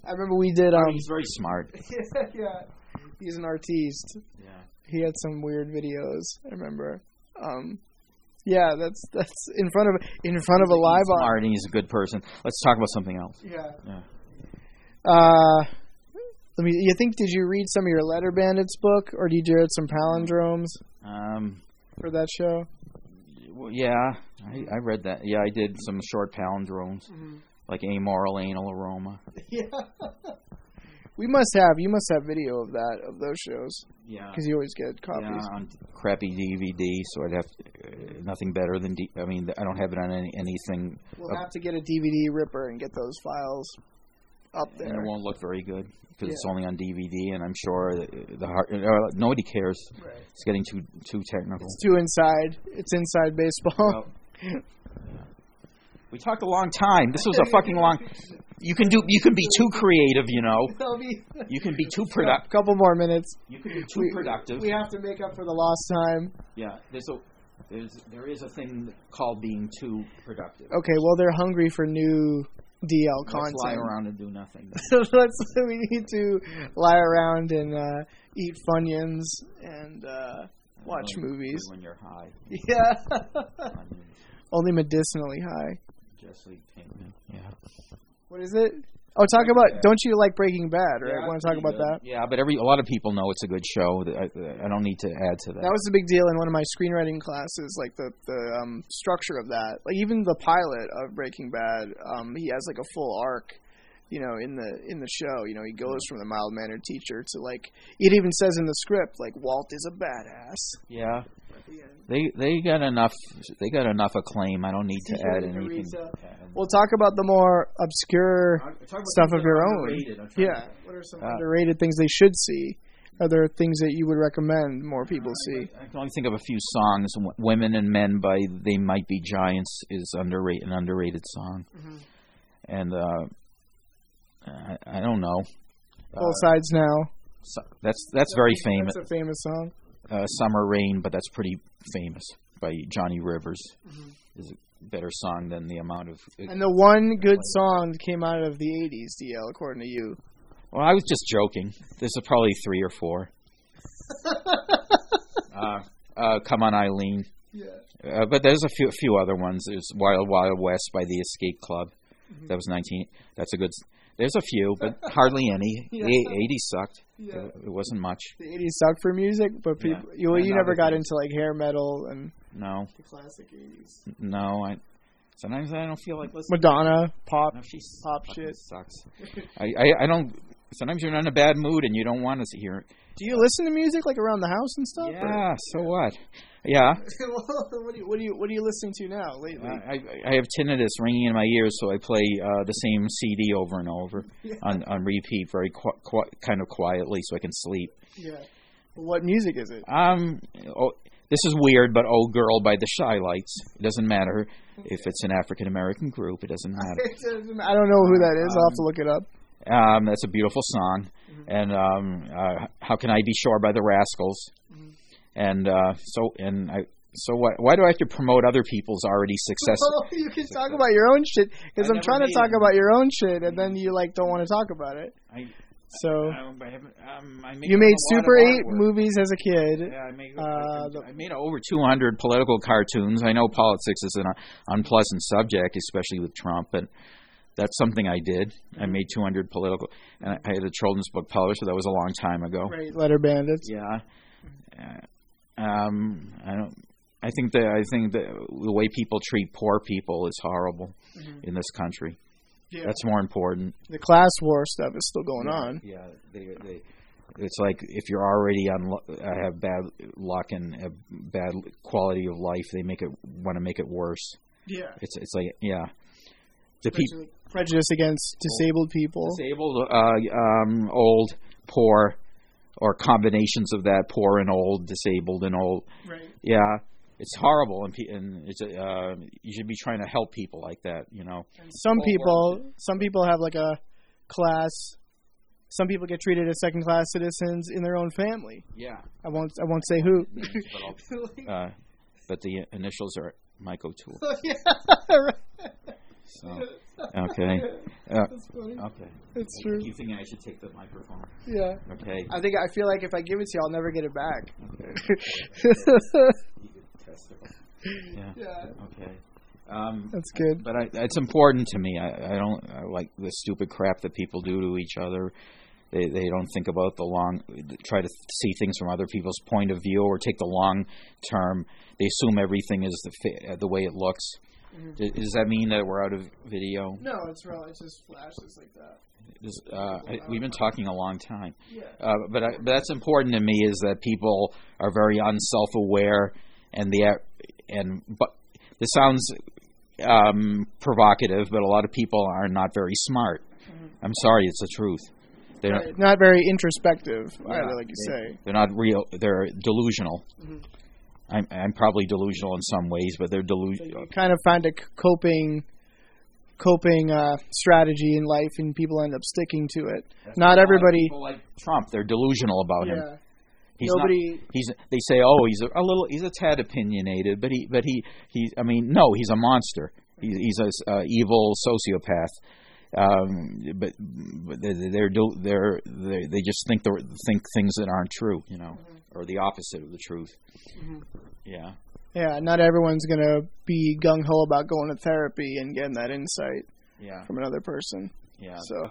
Speaker 3: I remember we did. Um.
Speaker 4: He's very smart.
Speaker 3: <laughs> yeah. He's an artiste.
Speaker 4: Yeah.
Speaker 3: He had some weird videos. I remember. Um. Yeah, that's that's in front of in front of a live audience.
Speaker 4: Smart, and he's a good person. Let's talk about something else.
Speaker 3: Yeah.
Speaker 4: Yeah.
Speaker 3: Uh, let me. You think? Did you read some of your Letter Bandits book, or did you read some palindromes
Speaker 4: Um,
Speaker 3: for that show?
Speaker 4: Well, yeah, I, I read that. Yeah, I did some short palindromes,
Speaker 3: Mm-hmm.
Speaker 4: like amoral anal aroma.
Speaker 3: Yeah. we must have. You must have video of that of those shows
Speaker 4: Yeah,
Speaker 3: because you always get
Speaker 4: yeah,
Speaker 3: copies.
Speaker 4: on crappy DVD, so I'd have to, uh, nothing better than. D- I mean, I don't have it on any, anything,
Speaker 3: We'll have to get a DVD ripper and get those files up
Speaker 4: and it
Speaker 3: there.
Speaker 4: won't look very good because it's
Speaker 3: Yeah.
Speaker 4: only on DVD, and I'm sure the, the heart uh, nobody cares.
Speaker 3: Right.
Speaker 4: It's getting too too technical.
Speaker 3: It's too inside. It's inside baseball.
Speaker 4: Well, we talked a long time. This was a fucking long. You can do. You can be too creative. You know.
Speaker 3: <laughs> That'll
Speaker 4: <laughs>
Speaker 3: be
Speaker 4: You can be too
Speaker 3: a
Speaker 4: productive.
Speaker 3: couple more minutes.
Speaker 4: You can be too
Speaker 3: We-
Speaker 4: productive.
Speaker 3: We have to make up for the lost time.
Speaker 4: Yeah, there's a there's there is a thing called being too productive.
Speaker 3: Okay, well they're hungry for new DL
Speaker 4: Let's
Speaker 3: content.
Speaker 4: lie around and do nothing.
Speaker 3: so let's we need to lie around and uh, eat funyuns and uh, <laughs> watch
Speaker 4: Only
Speaker 3: movies.
Speaker 4: When you're
Speaker 3: <laughs>
Speaker 4: high,
Speaker 3: Yeah,
Speaker 4: I mean,
Speaker 3: only medicinally high.
Speaker 4: Jesse Pinkman. Yeah.
Speaker 3: What is it? Oh, talk about. Don't you like Breaking Bad? Right?
Speaker 4: Yeah,
Speaker 3: Want to talk about that?
Speaker 4: Yeah, but every a lot of people know it's a good show. that I, I don't need to add to that.
Speaker 3: That was a big deal in one of my screenwriting classes, like the the um, structure of that. Like even the pilot of Breaking Bad, um, he has like a full arc, you know, in the in the show. You know, he goes from the mild mannered teacher to like it even says in the script, like Walt is a badass.
Speaker 4: yeah. They they got enough they got enough acclaim. I don't need to add
Speaker 3: Season
Speaker 4: anything.
Speaker 3: Rita. We'll talk about the more obscure stuff of your own. Yeah. Ah. What are some
Speaker 4: Uh,
Speaker 3: underrated things they should see? Are there things that you would recommend more people see?
Speaker 4: I can only think of a few songs. W- "Women and Men" by They Might Be Giants is underrated, an underrated song,
Speaker 3: Mm-hmm.
Speaker 4: and uh, I, I don't know.
Speaker 3: Both sides now.
Speaker 4: So, that's that's very famous.
Speaker 3: That's a famous song.
Speaker 4: Uh, "Summer Rain," but that's pretty famous by Johnny Rivers. Is a better song than the amount of.
Speaker 3: Mm-hmm. And the one good song that came out of the 80s, DL, according to you.
Speaker 4: well, I was just joking. There's probably three
Speaker 3: <laughs>
Speaker 4: or four. uh, uh, Come on, Eileen.
Speaker 3: Yeah.
Speaker 4: Uh, but there's a few few other ones. There's Wild Wild West by the Escape Club. That was 19. That's a good. s- There's a few, but hardly any.
Speaker 3: Yeah.
Speaker 4: The 80s sucked.
Speaker 3: Yeah.
Speaker 4: It, it wasn't much.
Speaker 3: The 80s sucked for music, but
Speaker 4: Yeah.
Speaker 3: people, you, well, you
Speaker 4: And
Speaker 3: never
Speaker 4: other
Speaker 3: got
Speaker 4: things.
Speaker 3: into like hair metal and
Speaker 4: No,
Speaker 3: the classic 80s.
Speaker 4: no. I sometimes I don't feel like listening.
Speaker 3: Madonna, pop.
Speaker 4: No, she s-
Speaker 3: Pop
Speaker 4: fucking
Speaker 3: shit.
Speaker 4: sucks. I, I I don't. Sometimes you're in a bad mood and you don't want to hear.
Speaker 3: Do you listen to music like around the house and stuff? <laughs> or-
Speaker 4: Yeah. So what? Yeah.
Speaker 3: what, do you, what do you what are you listening to now lately?
Speaker 4: I, I- I have tinnitus ringing in my ears, so I play uh, the same CD over and over on, on repeat, very qu- qu- kind of quietly, so I can sleep.
Speaker 3: yeah. What music is it?
Speaker 4: Um, oh, this is weird, but "Old Girl" by the Shy Lights. It doesn't matter if it's an African American group. It doesn't <laughs> matter.
Speaker 3: It doesn't- I don't know who that is. I'll have to look it up.
Speaker 4: Um, that's a beautiful song, and um, uh, "How Can I Be Sure" by the Rascals. And uh, so, and I. So why why do I have to promote other people's <laughs> already
Speaker 3: <laughs>
Speaker 4: successful?
Speaker 3: Oh, you can talk about your own shit because
Speaker 4: I
Speaker 3: I'm
Speaker 4: never
Speaker 3: trying to
Speaker 4: made
Speaker 3: talk
Speaker 4: it.
Speaker 3: about your own shit, and then you like don't want to talk about it.
Speaker 4: I,
Speaker 3: So
Speaker 4: um, I haven't- um, I make
Speaker 3: you
Speaker 4: a
Speaker 3: made
Speaker 4: lot of
Speaker 3: Super Eight
Speaker 4: artwork.
Speaker 3: movies as a kid.
Speaker 4: Yeah, I made,
Speaker 3: Uh, the-
Speaker 4: I made over 200 political cartoons. I know politics is an unpleasant subject, especially with Trump, but that's something I did. I made 200 political, and I- I had a children's book published, but that was a long time ago.
Speaker 3: Right, Letter Bandits.
Speaker 4: Yeah. Uh, um, I don't. I think that I think that the way people treat poor people is horrible in this country.
Speaker 3: Mm-hmm. Yeah.
Speaker 4: That's more important.
Speaker 3: The class war stuff is still going on.
Speaker 4: Yeah, they, they, it's like if you're already on lu- uh, have bad luck and have bad quality of life, they make it want to make it worse.
Speaker 3: Yeah.
Speaker 4: It's it's like yeah, the people
Speaker 3: Prejudice, prejudice against disabled people.
Speaker 4: disabled, uh, um, old, poor, or combinations of that poor and old, disabled and old.
Speaker 3: Right.
Speaker 4: Yeah, it's horrible, and pe- and it's uh, you should be trying to help people like that. You know,
Speaker 3: Some
Speaker 4: Well,
Speaker 3: people, some people have like a class. Some people get treated as second class citizens in their own family.
Speaker 4: yeah.
Speaker 3: I won't. I won't say who.
Speaker 4: <laughs> Uh, but the initials are Mike O'Toole.
Speaker 3: <laughs> yeah,
Speaker 4: So <laughs> okay, uh,
Speaker 3: That's funny.
Speaker 4: okay.
Speaker 3: It's true.
Speaker 4: You think I should take the microphone?
Speaker 3: Yeah.
Speaker 4: Okay.
Speaker 3: I think I feel like if I give it to you, I'll never get it back.
Speaker 4: Yeah.
Speaker 3: <laughs> yeah,
Speaker 4: Okay. Um,
Speaker 3: that's good.
Speaker 4: but I, it's important to me. I, I don't I like the stupid crap that people do to each other. They they don't think about the long. Try to see things from other people's point of view or take the long term. They assume everything is the fa- uh, the way it looks. D- Does that mean that we're out of video?
Speaker 3: No, it's real. It's just flashes like that.
Speaker 4: Does- uh, I- we've been talking a long time.
Speaker 3: Yeah.
Speaker 4: Uh, but, I, but that's important to me is that people are very unself-aware and the and but this sounds um, provocative, but a lot of people are not very smart.
Speaker 3: Mm-hmm.
Speaker 4: I'm sorry, it's the truth. They're
Speaker 3: Right, Not very introspective,
Speaker 4: Yeah,
Speaker 3: either, like you
Speaker 4: they,
Speaker 3: say.
Speaker 4: They're not real. They're delusional.
Speaker 3: Mm-hmm.
Speaker 4: I'm, I'm probably delusional in some ways, but they're delusional.
Speaker 3: You kind of find a c- coping coping uh, strategy in life, and people end up sticking to it. Not everybody.
Speaker 4: People like Trump, they're delusional about him.
Speaker 3: Yeah.
Speaker 4: He's
Speaker 3: Nobody.
Speaker 4: Not, he's. They say, oh, he's a, a little. He's a tad opinionated, but he. But he. He. I mean, no, he's a monster. He's, he's a uh, evil sociopath. Um, but, but they- they're do- they're they they just think the think things that aren't true, you know, or the opposite of the truth. Yeah.
Speaker 3: yeah, not everyone's gonna be gung ho about going to therapy and getting that insight
Speaker 4: Yeah.
Speaker 3: from another person.
Speaker 4: Yeah.
Speaker 3: So.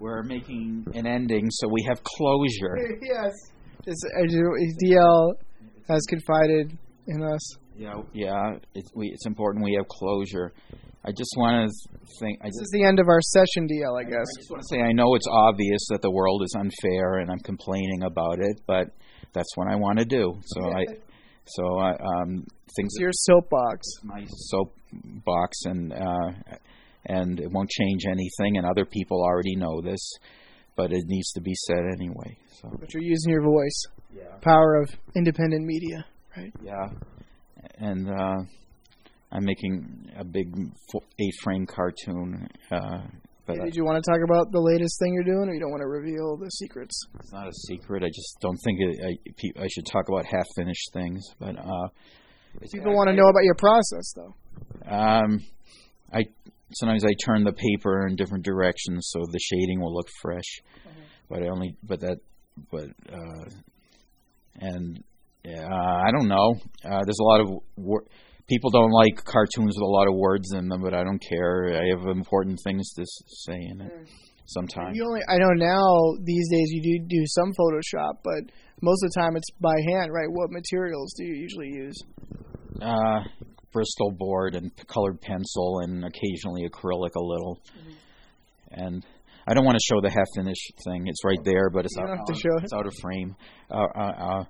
Speaker 4: We're making an ending, so we have closure.
Speaker 3: <laughs> yes. It's, I do- DL has confided in us.
Speaker 4: Yeah. Yeah. It's we. It's important we have closure. I just want to think. I
Speaker 3: This
Speaker 4: just.
Speaker 3: is the end of our session, DL, I guess.
Speaker 4: I just want to say I know it's obvious that the world is unfair and I'm complaining about it, but that's what I want to do. So I, so I, um, things
Speaker 3: It's your soapbox.
Speaker 4: my soapbox and uh, and it won't change anything, and other people already know this, but it needs to be said anyway. So
Speaker 3: But you're using your voice.
Speaker 4: yeah,
Speaker 3: Power of independent media.
Speaker 4: yeah, and uh, I'm making a big fo- eight-frame cartoon. Uh, but
Speaker 3: Hey,
Speaker 4: I-
Speaker 3: did you want to talk about the latest thing you're doing, or you don't want to reveal the secrets?
Speaker 4: It's not a secret. I just don't think it, I, pe- I should talk about half-finished things. But uh, it's-
Speaker 3: People want to know about your process, though.
Speaker 4: Um, I sometimes I turn the paper in different directions so the shading will look fresh.
Speaker 3: Mm-hmm.
Speaker 4: But I only but that but uh, and uh, I don't know. Uh, there's a lot of wor- people don't like cartoons with a lot of words in them, but I don't care. I have important things to s- say in it. Sometimes
Speaker 3: Mm. You only, I know now these days you do do some Photoshop, but most of the time it's by hand, right? What materials do you usually use?
Speaker 4: uh, Bristol board and p- colored pencil and occasionally acrylic a little.
Speaker 3: Mm-hmm.
Speaker 4: And I don't want to show the half finished thing. It's right there, but it's
Speaker 3: You
Speaker 4: out,
Speaker 3: don't have to
Speaker 4: out-
Speaker 3: show it.
Speaker 4: it's out of frame. Uh, uh, uh,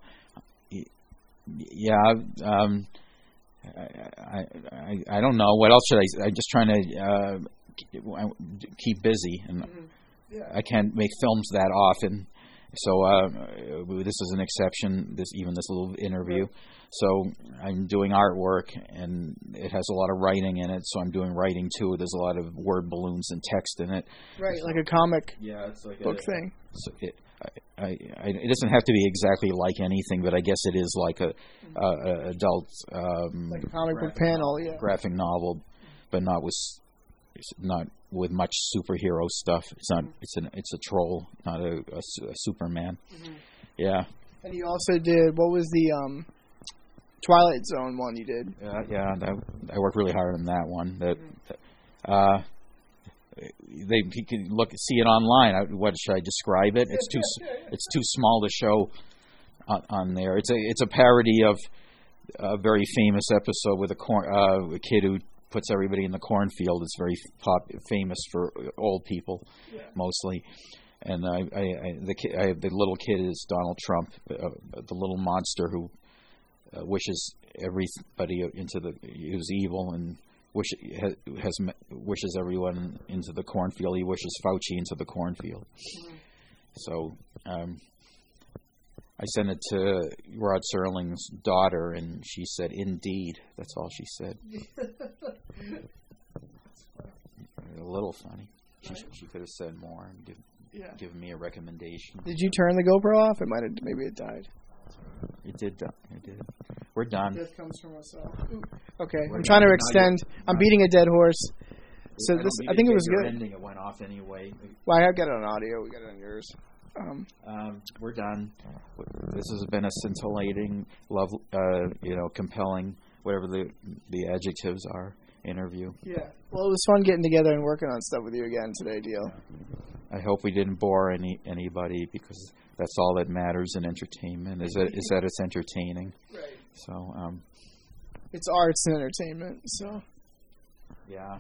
Speaker 4: y- yeah. Um, I, I I don't know what else should I. I'm just trying to uh,
Speaker 3: Mm-hmm.
Speaker 4: k- I- keep busy, and I can't make films that often. So uh, this is an exception. This even this little interview. So I'm doing artwork, and it has a lot of writing in it. So I'm doing writing too. There's a lot of word balloons and text in it.
Speaker 3: Right, like a comic
Speaker 4: Yeah, it's like
Speaker 3: book thing.
Speaker 4: so it, I, I, I- it doesn't have to be exactly like anything, but I guess it is like a, a, a adult um,
Speaker 3: Like a comic book
Speaker 4: Graphic
Speaker 3: panel, yeah.
Speaker 4: graphic novel, but not with s- it's not with much superhero stuff. It's not.
Speaker 3: Mm-hmm.
Speaker 4: It's an. It's a troll, not a, a su- a Superman.
Speaker 3: Mm-hmm.
Speaker 4: Yeah,
Speaker 3: And you also did what was the um Twilight Zone one you did?
Speaker 4: yeah, Uh, yeah. That, I worked really hard on that one. That, that- uh, they you can look see it online. I, what should I describe it? It's too s- it's too small to show on, on there. It's a it's a parody of a very famous episode with a corn uh, a kid who puts everybody in the cornfield. It's very pop famous for old people mostly. And I, I, I the ki I, the little kid is Donald Trump, uh, the little monster who uh, wishes everybody into the who's evil and wish has, has m- wishes everyone into the cornfield. He wishes Fauci into the cornfield.
Speaker 3: Mm-hmm.
Speaker 4: So um, I sent it to Rod Serling's daughter, and she said, "Indeed." That's all
Speaker 3: <laughs>
Speaker 4: she said. a little funny. She, she could have said more and give,
Speaker 3: Yeah.
Speaker 4: given me a recommendation.
Speaker 3: Did you turn the GoPro off? It might have maybe it died.
Speaker 4: It did. do- It did. We're done.
Speaker 3: Death comes from uh, myself. Okay,
Speaker 4: What
Speaker 3: I'm
Speaker 4: about-
Speaker 3: trying to
Speaker 4: now
Speaker 3: extend. I'm beating a dead horse. So
Speaker 4: don't
Speaker 3: this,
Speaker 4: need
Speaker 3: I
Speaker 4: to
Speaker 3: think it
Speaker 4: get
Speaker 3: was
Speaker 4: your
Speaker 3: good.
Speaker 4: Ending. It went off anyway.
Speaker 3: Well, I have got it on audio. We got it on yours. Um,
Speaker 4: Um, we're done. This has been a scintillating, love, uh, you know, compelling, whatever the the adjectives are. Interview.
Speaker 3: yeah. Well, it was fun getting together and working on stuff with you again today, Deal.
Speaker 4: I hope we didn't bore any anybody because that's all that matters in entertainment is that is that it's entertaining.
Speaker 3: Right.
Speaker 4: So um,
Speaker 3: It's arts and entertainment, so
Speaker 4: yeah,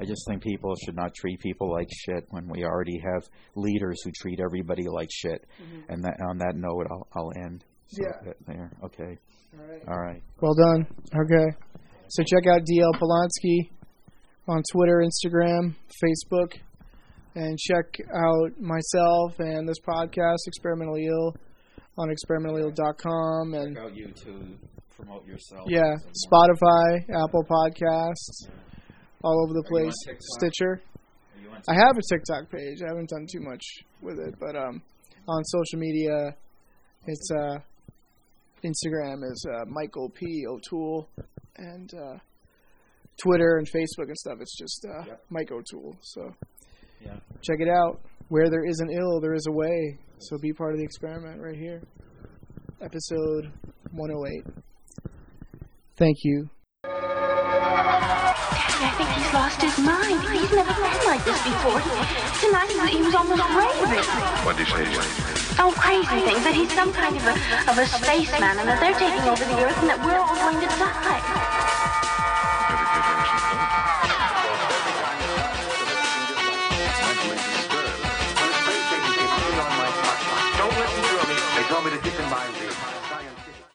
Speaker 4: I just think people should not treat people like shit when we already have leaders who treat everybody like shit. And that on that note, I'll I'll end. So
Speaker 3: Mm-hmm. Yeah.
Speaker 4: that- there. Okay.
Speaker 3: all right.
Speaker 4: All right.
Speaker 3: Well done. Okay. So check out DL Polanski on Twitter, Instagram, Facebook, and check out myself and this podcast, Experimentally Ill, on experimentallyll.com and
Speaker 4: About you to promote yourself.
Speaker 3: yeah, Spotify, Apple Podcasts, all over the place, Stitcher. I have a TikTok page. I haven't done too much with it, but um, on social media, it's uh, Instagram is uh, Michael P O'Toole, and uh, Twitter and Facebook and stuff. It's just uh, Mike O'Toole. So
Speaker 4: Yeah.
Speaker 3: check it out. Where there is an ill, there is a way. So be part of the experiment right here. Episode 108. Thank you.
Speaker 2: I think he's lost his mind. He's never been like this before. Tonight he was, he was almost raving.
Speaker 1: What do you say?
Speaker 2: Oh, crazy thing that he's some kind of a, of a spaceman and that they're taking over the earth and that we're all going to die.